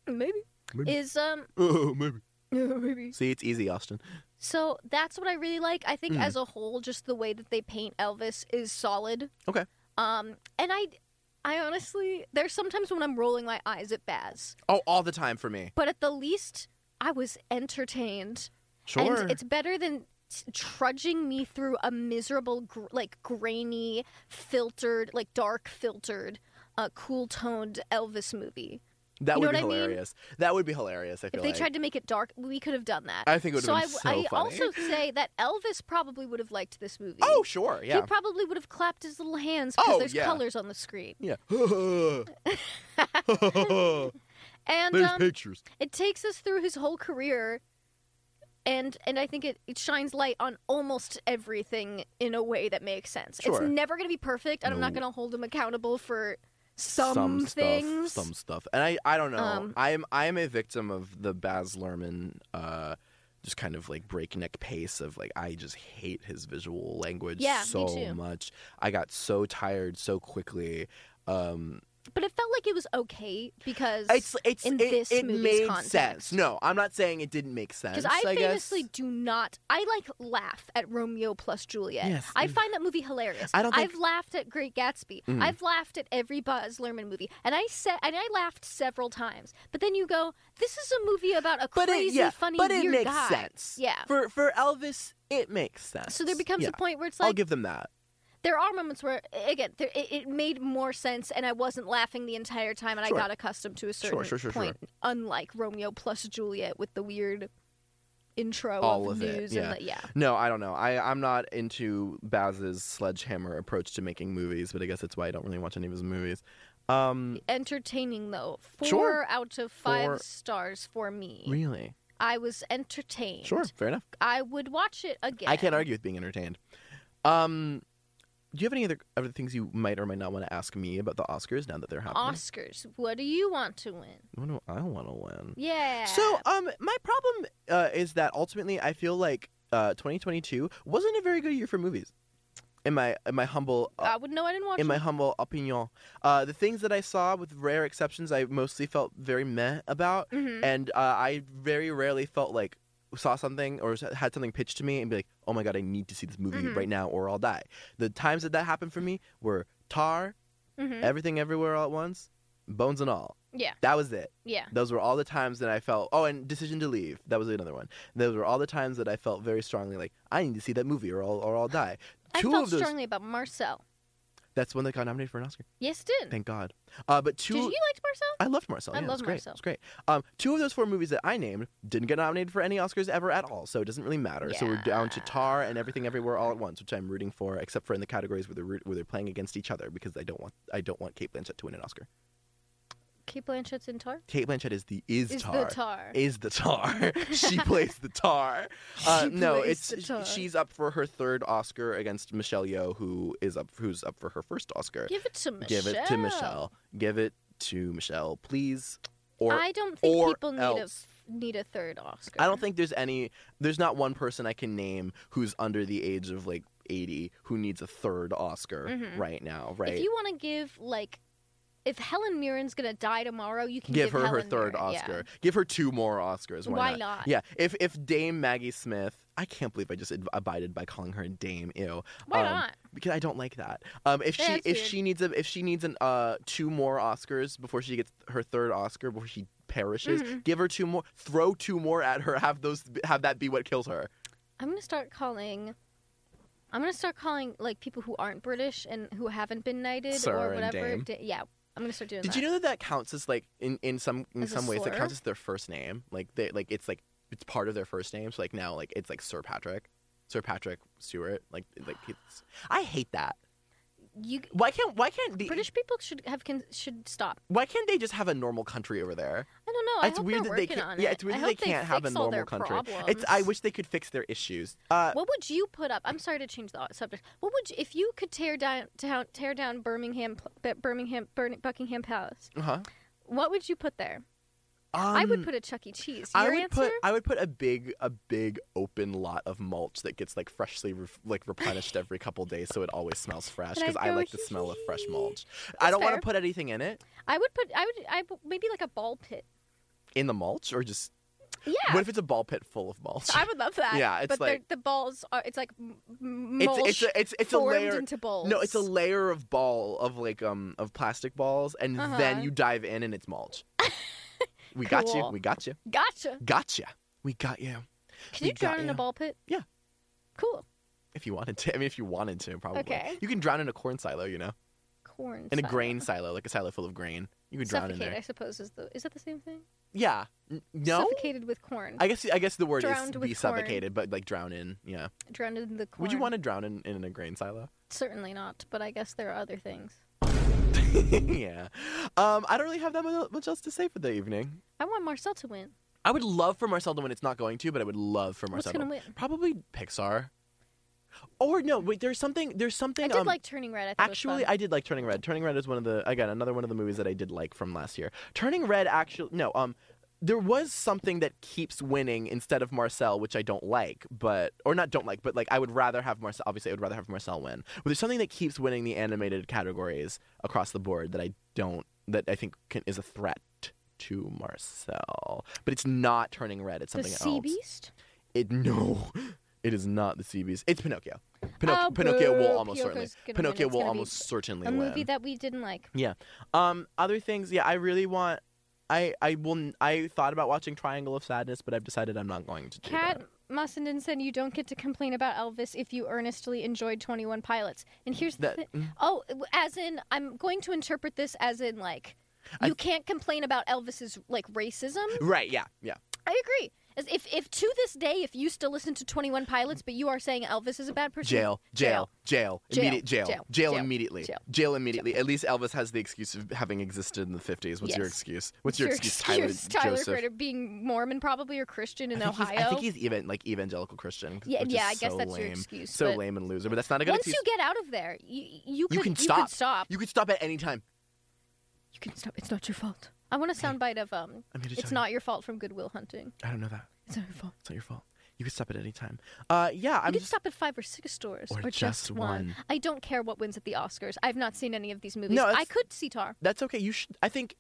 Speaker 2: maybe,
Speaker 1: Maybe.
Speaker 2: is um,
Speaker 1: Oh, maybe.
Speaker 2: maybe.
Speaker 1: See, it's easy, Austin.
Speaker 2: So that's what I really like. I think
Speaker 1: Mm.
Speaker 2: as a whole, just the way that they paint Elvis is solid.
Speaker 1: Okay.
Speaker 2: Um, and I, I honestly, there's sometimes when I'm rolling my eyes at Baz,
Speaker 1: Oh, all the time for me.
Speaker 2: but at the least, I was entertained.
Speaker 1: Sure.
Speaker 2: And it's better than s- trudging me through a miserable, gr- like grainy, filtered, like dark filtered, uh, cool toned Elvis movie.
Speaker 1: that
Speaker 2: you
Speaker 1: would
Speaker 2: know
Speaker 1: be
Speaker 2: what I mean?
Speaker 1: hilarious. That would be hilarious. I feel
Speaker 2: If they
Speaker 1: like.
Speaker 2: tried to make it dark, we could have done that.
Speaker 1: I think it would
Speaker 2: so
Speaker 1: have
Speaker 2: I,
Speaker 1: been so funny.
Speaker 2: I also say that Elvis probably would have liked this movie.
Speaker 1: oh, sure, yeah,
Speaker 2: He probably would have clapped his little hands because
Speaker 1: Oh,
Speaker 2: there's
Speaker 1: yeah.
Speaker 2: colors on the screen.
Speaker 1: yeah. There's
Speaker 2: And um,
Speaker 1: pictures.
Speaker 2: it takes us through his whole career and and i think it, it shines light on almost everything in a way that makes sense
Speaker 1: Sure.
Speaker 2: it's never going to be perfect and i'm not
Speaker 1: No.
Speaker 2: going to hold him accountable for some,
Speaker 1: stuff,
Speaker 2: things
Speaker 1: some stuff, and I, I don't know.
Speaker 2: Um,
Speaker 1: I am, I am a victim of the Baz Luhrmann, uh, just kind of like breakneck pace of like I just hate his visual language
Speaker 2: Yeah, me
Speaker 1: so
Speaker 2: too.
Speaker 1: much. I got so tired so quickly. Um,
Speaker 2: but it felt like it was okay because
Speaker 1: It's it's
Speaker 2: in
Speaker 1: it,
Speaker 2: this
Speaker 1: it
Speaker 2: movie's
Speaker 1: made
Speaker 2: context.
Speaker 1: sense. No, I'm not saying it didn't make sense.
Speaker 2: because I famously
Speaker 1: guess.
Speaker 2: do not. I like laugh at Romeo plus Juliet.
Speaker 1: Yes.
Speaker 2: I find that movie hilarious.
Speaker 1: I don't think-
Speaker 2: I've laughed at Great Gatsby.
Speaker 1: Mhm.
Speaker 2: I've laughed at every Buzz Lerman movie, and I said and I laughed several times. But then you go, "This is a movie about a
Speaker 1: but
Speaker 2: crazy,
Speaker 1: it, yeah,
Speaker 2: funny,
Speaker 1: but it
Speaker 2: weird
Speaker 1: makes
Speaker 2: guy."
Speaker 1: sense.
Speaker 2: Yeah.
Speaker 1: For for Elvis, it makes sense.
Speaker 2: So there becomes
Speaker 1: yeah.
Speaker 2: a point where it's
Speaker 1: I'll
Speaker 2: like
Speaker 1: give them that.
Speaker 2: there are moments where again there, it, it made more sense, and I wasn't laughing the entire time, and
Speaker 1: Sure.
Speaker 2: I got accustomed to a certain
Speaker 1: sure, sure, sure.
Speaker 2: point. Unlike Romeo plus Juliet with the weird intro
Speaker 1: All of
Speaker 2: of,
Speaker 1: it,
Speaker 2: news
Speaker 1: yeah.
Speaker 2: and the, yeah.
Speaker 1: No, I don't know. I I'm not into Baz's sledgehammer approach to making movies, but I guess that's why I don't really watch any of his movies. Um,
Speaker 2: entertaining though. Four
Speaker 1: Sure.
Speaker 2: out of five
Speaker 1: Four-
Speaker 2: stars for me.
Speaker 1: really?
Speaker 2: I was entertained.
Speaker 1: Sure, fair enough.
Speaker 2: I would watch it again.
Speaker 1: I can't argue with being entertained. Um, do you have any other other things you might or might not want to ask me about the Oscars now that they're happening?
Speaker 2: Oscars. What do you want to win?
Speaker 1: What do I want to win?
Speaker 2: Yeah.
Speaker 1: So, um, my problem uh, is that ultimately I feel like uh, 2022 wasn't a very good year for movies. In my in my humble uh,
Speaker 2: I would know I didn't watch
Speaker 1: in my
Speaker 2: it.
Speaker 1: humble opinion, uh, the things that I saw, with rare exceptions, I mostly felt very meh about,
Speaker 2: Mhm.
Speaker 1: and uh, I very rarely felt like saw something or had something pitched to me and be like, "Oh my god, I need to see this movie
Speaker 2: Mhm.
Speaker 1: right now, or I'll die." The times that that happened for me were Tar,
Speaker 2: Mhm.
Speaker 1: Everything Everywhere All at Once, Bones and All.
Speaker 2: Yeah.
Speaker 1: That was it.
Speaker 2: Yeah.
Speaker 1: Those were all the times that I felt. Oh, and Decision to Leave. That was another one. Those were all the times that I felt very strongly like I need to see that movie or I'll, or I'll die.
Speaker 2: I
Speaker 1: two
Speaker 2: felt
Speaker 1: of those.
Speaker 2: strongly about Marcel.
Speaker 1: That's one that got nominated for an Oscar.
Speaker 2: Yes, it did.
Speaker 1: Thank God. Uh, but two.
Speaker 2: Did you like Marcel?
Speaker 1: I loved Marcel.
Speaker 2: I
Speaker 1: yeah, it was
Speaker 2: love
Speaker 1: great.
Speaker 2: Marcel.
Speaker 1: It was great. Um, two of those four movies that I named didn't get nominated for any Oscars ever at all, so it doesn't really matter. So we're down to Tar and Everything Everywhere All at Once, which I'm rooting for, except for in the categories where they're root- where they're playing against each other because I don't want I don't want Kate Blanchett to win an Oscar.
Speaker 2: Kate Blanchett's in Tar.
Speaker 1: Kate Blanchett is the is,
Speaker 2: Is
Speaker 1: Tar
Speaker 2: the Tar?
Speaker 1: is the tar. she plays the tar. Uh,
Speaker 2: She
Speaker 1: no,
Speaker 2: plays
Speaker 1: it's
Speaker 2: the tar.
Speaker 1: she's up for her third Oscar against Michelle Yeoh, who is up who's up for her first Oscar.
Speaker 2: Give it to Michelle.
Speaker 1: Give it to Michelle. Give it to Michelle, please. Or I,
Speaker 2: I don't think
Speaker 1: or
Speaker 2: people need
Speaker 1: else.
Speaker 2: a need a third Oscar.
Speaker 1: don't think there's any. There's not one person I can name who's under the age of like 80 who needs a third Oscar
Speaker 2: Mhm.
Speaker 1: right now. Right.
Speaker 2: If you want to give like, if Helen Mirren's gonna die tomorrow, you can
Speaker 1: give,
Speaker 2: give,
Speaker 1: her her
Speaker 2: Helen
Speaker 1: third
Speaker 2: Mirren, yeah.
Speaker 1: Oscar. Give her two more Oscars. Why,
Speaker 2: Why
Speaker 1: not?
Speaker 2: not?
Speaker 1: Yeah. If if Dame Maggie Smith, I can't believe I just ab- abided by calling her a dame. Ew.
Speaker 2: Why
Speaker 1: Um,
Speaker 2: not?
Speaker 1: Because I don't like that. Um, if
Speaker 2: Yeah,
Speaker 1: she
Speaker 2: that's
Speaker 1: if
Speaker 2: weird.
Speaker 1: she needs a if she needs an uh two more Oscars before she gets her third Oscar before she perishes,
Speaker 2: Mhm.
Speaker 1: give her two more. Throw two more at her. Have those have that be what kills her.
Speaker 2: I'm gonna start calling. I'm gonna start calling like people who aren't British and who haven't been knighted
Speaker 1: Sir
Speaker 2: or
Speaker 1: and
Speaker 2: whatever.
Speaker 1: dame.
Speaker 2: da- yeah, I'm gonna start doing
Speaker 1: Did
Speaker 2: that.
Speaker 1: you know that that counts as like in in some in
Speaker 2: As a
Speaker 1: some ways that
Speaker 2: slur?
Speaker 1: counts as their first name? Like they like it's like it's part of their first name. So like now like it's like Sir Patrick, Sir Patrick Stewart. Like like it's, I hate that.
Speaker 2: You-
Speaker 1: Why can't why can't the,
Speaker 2: British people should have con- should stop.
Speaker 1: why can't they just have a normal country over there?
Speaker 2: I don't know. I
Speaker 1: it's
Speaker 2: hope
Speaker 1: weird
Speaker 2: they're
Speaker 1: that they
Speaker 2: working
Speaker 1: can't.
Speaker 2: on
Speaker 1: yeah,
Speaker 2: it.
Speaker 1: it's weird
Speaker 2: I
Speaker 1: that they
Speaker 2: hope they
Speaker 1: can't have a
Speaker 2: fix
Speaker 1: normal
Speaker 2: all their
Speaker 1: country. It's
Speaker 2: problems.
Speaker 1: I wish they could fix their issues. Uh,
Speaker 2: What would you put up? I'm sorry to change the subject. What would you, if you could tear down down- tear down Birmingham Pl- Birmingham Burn- Buckingham Palace?
Speaker 1: huh.
Speaker 2: What would you put there? I would
Speaker 1: uh-huh. Um,
Speaker 2: put a Chuck E. Cheese. Your
Speaker 1: I would
Speaker 2: answer?
Speaker 1: put I would put a big a big open lot of mulch that gets like freshly re- like replenished every couple days so it always smells fresh
Speaker 2: And I'd
Speaker 1: because I
Speaker 2: go,
Speaker 1: like the smell of fresh mulch. I
Speaker 2: That's
Speaker 1: don't want
Speaker 2: fair.
Speaker 1: to put anything in it
Speaker 2: I would put. I would. I w- maybe like a ball pit.
Speaker 1: in the mulch or just
Speaker 2: Yeah.
Speaker 1: what if it's a ball pit full of mulch?
Speaker 2: I would love that.
Speaker 1: Yeah, it's
Speaker 2: but they're-
Speaker 1: like-
Speaker 2: the balls are. It's like m- m-
Speaker 1: it's
Speaker 2: mulch
Speaker 1: it's a, it's it's a
Speaker 2: formed
Speaker 1: layer
Speaker 2: into balls.
Speaker 1: No, it's a layer of ball of like um of plastic balls and
Speaker 2: Uh-huh.
Speaker 1: then you dive in and it's mulch. we got you.
Speaker 2: Cool.
Speaker 1: We got you.
Speaker 2: gotcha.
Speaker 1: Gotcha. We got you.
Speaker 2: Can
Speaker 1: We
Speaker 2: you
Speaker 1: got
Speaker 2: drown in a
Speaker 1: you.
Speaker 2: ball pit?
Speaker 1: Yeah.
Speaker 2: Cool.
Speaker 1: If you wanted to. I mean, if you wanted to, probably.
Speaker 2: Okay.
Speaker 1: You can drown in a corn silo, you know?
Speaker 2: Corn.
Speaker 1: In a
Speaker 2: style.
Speaker 1: grain silo, like a silo full of grain. You could drown in
Speaker 2: Suffocate, I
Speaker 1: there.
Speaker 2: suppose, is the is that the same thing?
Speaker 1: Yeah. N- No?
Speaker 2: Suffocated with corn.
Speaker 1: I guess I guess the word
Speaker 2: Drowned
Speaker 1: is
Speaker 2: with
Speaker 1: be
Speaker 2: corn.
Speaker 1: suffocated, but like drown in. Yeah.
Speaker 2: Drowned in the corn.
Speaker 1: Would you want to drown in, in a grain silo?
Speaker 2: Certainly not. But I guess there are other things.
Speaker 1: yeah. Um, I don't really have that mu- much else to say for the evening.
Speaker 2: I want Marcel to win.
Speaker 1: I would love for Marcel to win. It's not going to, but I would love for
Speaker 2: What's
Speaker 1: Marcel
Speaker 2: gonna
Speaker 1: to
Speaker 2: win?
Speaker 1: Probably Pixar. Or no, wait, there's something there's something
Speaker 2: I did
Speaker 1: um,
Speaker 2: like Turning Red. I thought
Speaker 1: Actually,
Speaker 2: it was fun.
Speaker 1: I did like Turning Red. Turning Red is one of the again another one of the movies that I did like from last year. Turning Red actually no um there was something that keeps winning instead of Marcel, which I don't like, but or not don't like, but like I would rather have Marcel. Obviously, I would rather have Marcel win. But there's something that keeps winning the animated categories across the board that I don't that I think can, is a threat to Marcel. But it's not turning red. It's
Speaker 2: the
Speaker 1: something
Speaker 2: sea
Speaker 1: else.
Speaker 2: beast.
Speaker 1: It no, it is not the sea beast. It's Pinocchio. Pinoc-
Speaker 2: Oh,
Speaker 1: Pinocchio will
Speaker 2: boo.
Speaker 1: almost
Speaker 2: Pinocchio's
Speaker 1: certainly.
Speaker 2: gonna win.
Speaker 1: Pinocchio
Speaker 2: It's
Speaker 1: will
Speaker 2: gonna be
Speaker 1: almost certainly
Speaker 2: A
Speaker 1: win.
Speaker 2: movie that we didn't like.
Speaker 1: Um, other things, yeah, I really want. I I will. n- I thought about watching Triangle of Sadness, but I've decided I'm not going to do
Speaker 2: Kat
Speaker 1: that.
Speaker 2: Mussenden said you don't get to complain about Elvis if you earnestly enjoyed 21 Pilots. And here's the
Speaker 1: That- mm-hmm.
Speaker 2: thing. Oh, w- as in, I'm going to interpret this as in, like,
Speaker 1: I-
Speaker 2: you can't complain about Elvis's, like, racism.
Speaker 1: Right? Yeah. Yeah.
Speaker 2: I agree. As if, if to this day, if you still listen to 21 Pilots, but you are saying Elvis is a bad person.
Speaker 1: Jail, jail, jail,
Speaker 2: Jail,
Speaker 1: immediate jail, jail,
Speaker 2: jail, jail,
Speaker 1: immediately,
Speaker 2: jail,
Speaker 1: jail immediately. At least Elvis has the excuse of having existed in the fifties. What's your
Speaker 2: Yes.
Speaker 1: excuse? What's
Speaker 2: It's
Speaker 1: your,
Speaker 2: your
Speaker 1: excuse,
Speaker 2: excuse,
Speaker 1: Tyler,
Speaker 2: Tyler
Speaker 1: Joseph?
Speaker 2: Critter, being Mormon probably or Christian in
Speaker 1: I think,
Speaker 2: Ohio.
Speaker 1: he's, I think he's even like evangelical Christian.
Speaker 2: Yeah,
Speaker 1: which is
Speaker 2: yeah, I guess
Speaker 1: so
Speaker 2: that's
Speaker 1: lame.
Speaker 2: your excuse,
Speaker 1: So
Speaker 2: but-
Speaker 1: lame and loser, but that's not a good
Speaker 2: Once
Speaker 1: excuse.
Speaker 2: you get out of there, you, you, could,
Speaker 1: can
Speaker 2: You
Speaker 1: stop.
Speaker 2: could stop.
Speaker 1: You could stop at any time.
Speaker 2: You can stop. It's not your fault. I want a soundbite of um.
Speaker 1: I'm here to
Speaker 2: It's
Speaker 1: tell
Speaker 2: not your fault from Goodwill Hunting.
Speaker 1: You. I don't know that.
Speaker 2: It's not your fault.
Speaker 1: It's not your fault. You could stop at any time. Uh, yeah,
Speaker 2: You
Speaker 1: I'm
Speaker 2: could
Speaker 1: just.
Speaker 2: stop at five or six stores,
Speaker 1: Or
Speaker 2: or,
Speaker 1: just one.
Speaker 2: I don't care what wins at the Oscars. I've not seen any of these movies.
Speaker 1: No,
Speaker 2: I
Speaker 1: that's-
Speaker 2: could see Tar.
Speaker 1: That's okay. You should. I think.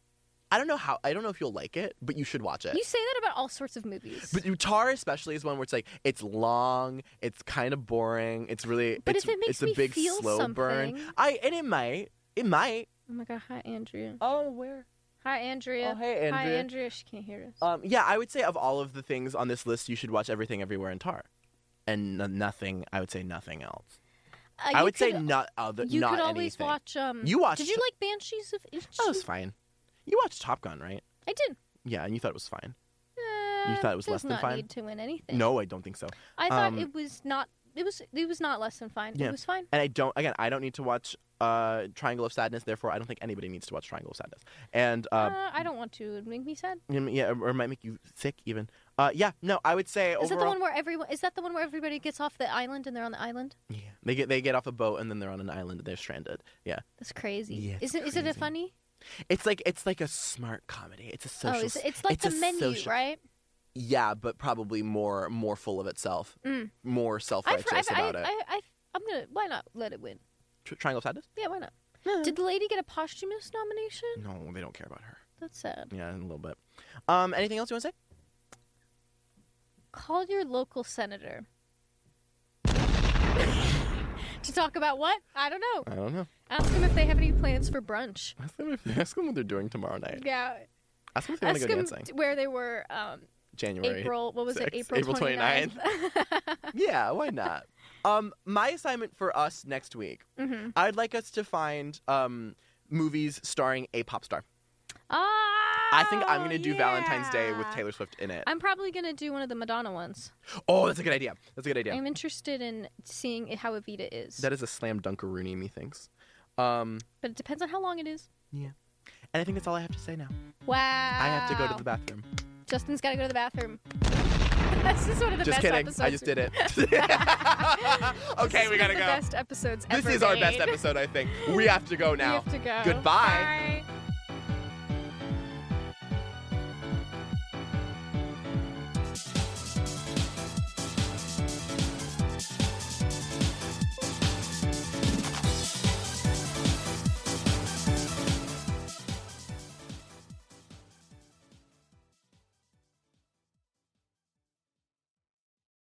Speaker 1: I don't know how. I don't know if you'll like it, but you should watch it.
Speaker 2: You say that about all sorts of movies.
Speaker 1: But you- Tar especially is one where it's like it's long, it's kind of boring, it's really
Speaker 2: But
Speaker 1: it's,
Speaker 2: if it makes
Speaker 1: it's a
Speaker 2: me
Speaker 1: big
Speaker 2: feel
Speaker 1: slow burn.
Speaker 2: something-
Speaker 1: I and it might it might.
Speaker 2: oh my god! Hi, Andrea.
Speaker 4: Oh, where?
Speaker 2: Hi, Andrea.
Speaker 1: Oh hey
Speaker 2: Hi,
Speaker 1: Andrea.
Speaker 2: Andrea. She can't hear us.
Speaker 1: um yeah, I would say of all of the things on this list, you should watch Everything Everywhere in Tar, and n- nothing. I would say nothing else.
Speaker 2: Uh,
Speaker 1: I
Speaker 2: you
Speaker 1: would say
Speaker 2: could-
Speaker 1: not other.
Speaker 2: You
Speaker 1: not
Speaker 2: could always
Speaker 1: anything.
Speaker 2: watch. Um,
Speaker 1: You watched-
Speaker 2: Did you like Banshees of
Speaker 1: That Oh, was
Speaker 2: Inisherin?
Speaker 1: fine. You watched Top Gun, right?
Speaker 2: I did.
Speaker 1: Yeah, and you thought it was fine.
Speaker 2: Uh,
Speaker 1: thought it was
Speaker 2: does
Speaker 1: less than
Speaker 2: not
Speaker 1: fine?
Speaker 2: Need to win anything.
Speaker 1: No, I don't think so.
Speaker 2: I thought
Speaker 1: um,
Speaker 2: it was not. It was. It was not less than fine.
Speaker 1: Yeah.
Speaker 2: It was fine.
Speaker 1: and I don't again I don't need to watch uh Triangle of Sadness therefore I don't think anybody needs to watch Triangle of Sadness and uh,
Speaker 2: Uh, I don't want to. It'd make me sad.
Speaker 1: mm, yeah or it might make you sick even uh yeah no I would say
Speaker 2: Is that
Speaker 1: overall
Speaker 2: the one where everyone? Is that the one where everybody gets off the island and they're on the island?
Speaker 1: yeah they get they get off a boat and then they're on an island and they're stranded yeah
Speaker 2: That's crazy.
Speaker 1: Yeah, it's
Speaker 2: is it? Is it a
Speaker 1: crazy.
Speaker 2: funny?
Speaker 1: it's like it's like a smart comedy it's a social
Speaker 2: oh, is it, it's like
Speaker 1: it's
Speaker 2: the
Speaker 1: a
Speaker 2: menu,
Speaker 1: social-
Speaker 2: right?
Speaker 1: yeah but probably more more full of itself
Speaker 2: Mm.
Speaker 1: more self
Speaker 2: I've-
Speaker 1: righteous
Speaker 2: I've- I,
Speaker 1: about it
Speaker 2: I, I, am gonna. Why not let it win?
Speaker 1: Tr- Triangle of Sadness
Speaker 2: Yeah, why not? Did the lady get a posthumous nomination?
Speaker 1: no they don't care about her
Speaker 2: That's sad.
Speaker 1: yeah in a little bit um anything else you want to say
Speaker 2: Call your local senator. to talk about what? I don't know.
Speaker 1: I don't know
Speaker 2: Ask them if they have any plans for brunch.
Speaker 1: ask them if ask them what they're doing tomorrow night
Speaker 2: Yeah.
Speaker 1: ask them if they want
Speaker 2: Ask
Speaker 1: to go
Speaker 2: them
Speaker 1: dancing
Speaker 2: t- where they were um,
Speaker 1: January
Speaker 2: April. What was it?
Speaker 1: sixth,
Speaker 2: April,
Speaker 1: April
Speaker 2: 29th. 29th.
Speaker 1: yeah, why not? um, my assignment for us next week,
Speaker 2: Mhm.
Speaker 1: I'd like us to find um movies starring a pop star. I think I'm gonna do Valentine's Day with
Speaker 2: Ah, Oh, yeah.
Speaker 1: Taylor Swift in it.
Speaker 2: I'm probably gonna do one of the Madonna ones.
Speaker 1: Oh, that's a good idea. That's a good idea.
Speaker 2: I'm interested in seeing i- how Evita is,
Speaker 1: That is a slam dunkaroonie, methinks. Um,
Speaker 2: but it depends on how long it is.
Speaker 1: and I think that's all I have to say now.
Speaker 2: Wow!
Speaker 1: I have to go to the bathroom.
Speaker 2: Justin's gotta go to the bathroom. this is one of the
Speaker 1: just
Speaker 2: best
Speaker 1: kidding.
Speaker 2: episodes.
Speaker 1: I just did it.
Speaker 2: This
Speaker 1: okay,
Speaker 2: is
Speaker 1: we
Speaker 2: one
Speaker 1: gotta
Speaker 2: of the
Speaker 1: go.
Speaker 2: Best episodes
Speaker 1: This
Speaker 2: ever
Speaker 1: is our best
Speaker 2: made.
Speaker 1: episode, I think. We have to go
Speaker 2: We
Speaker 1: now.
Speaker 2: have to go.
Speaker 1: Goodbye.
Speaker 2: Bye.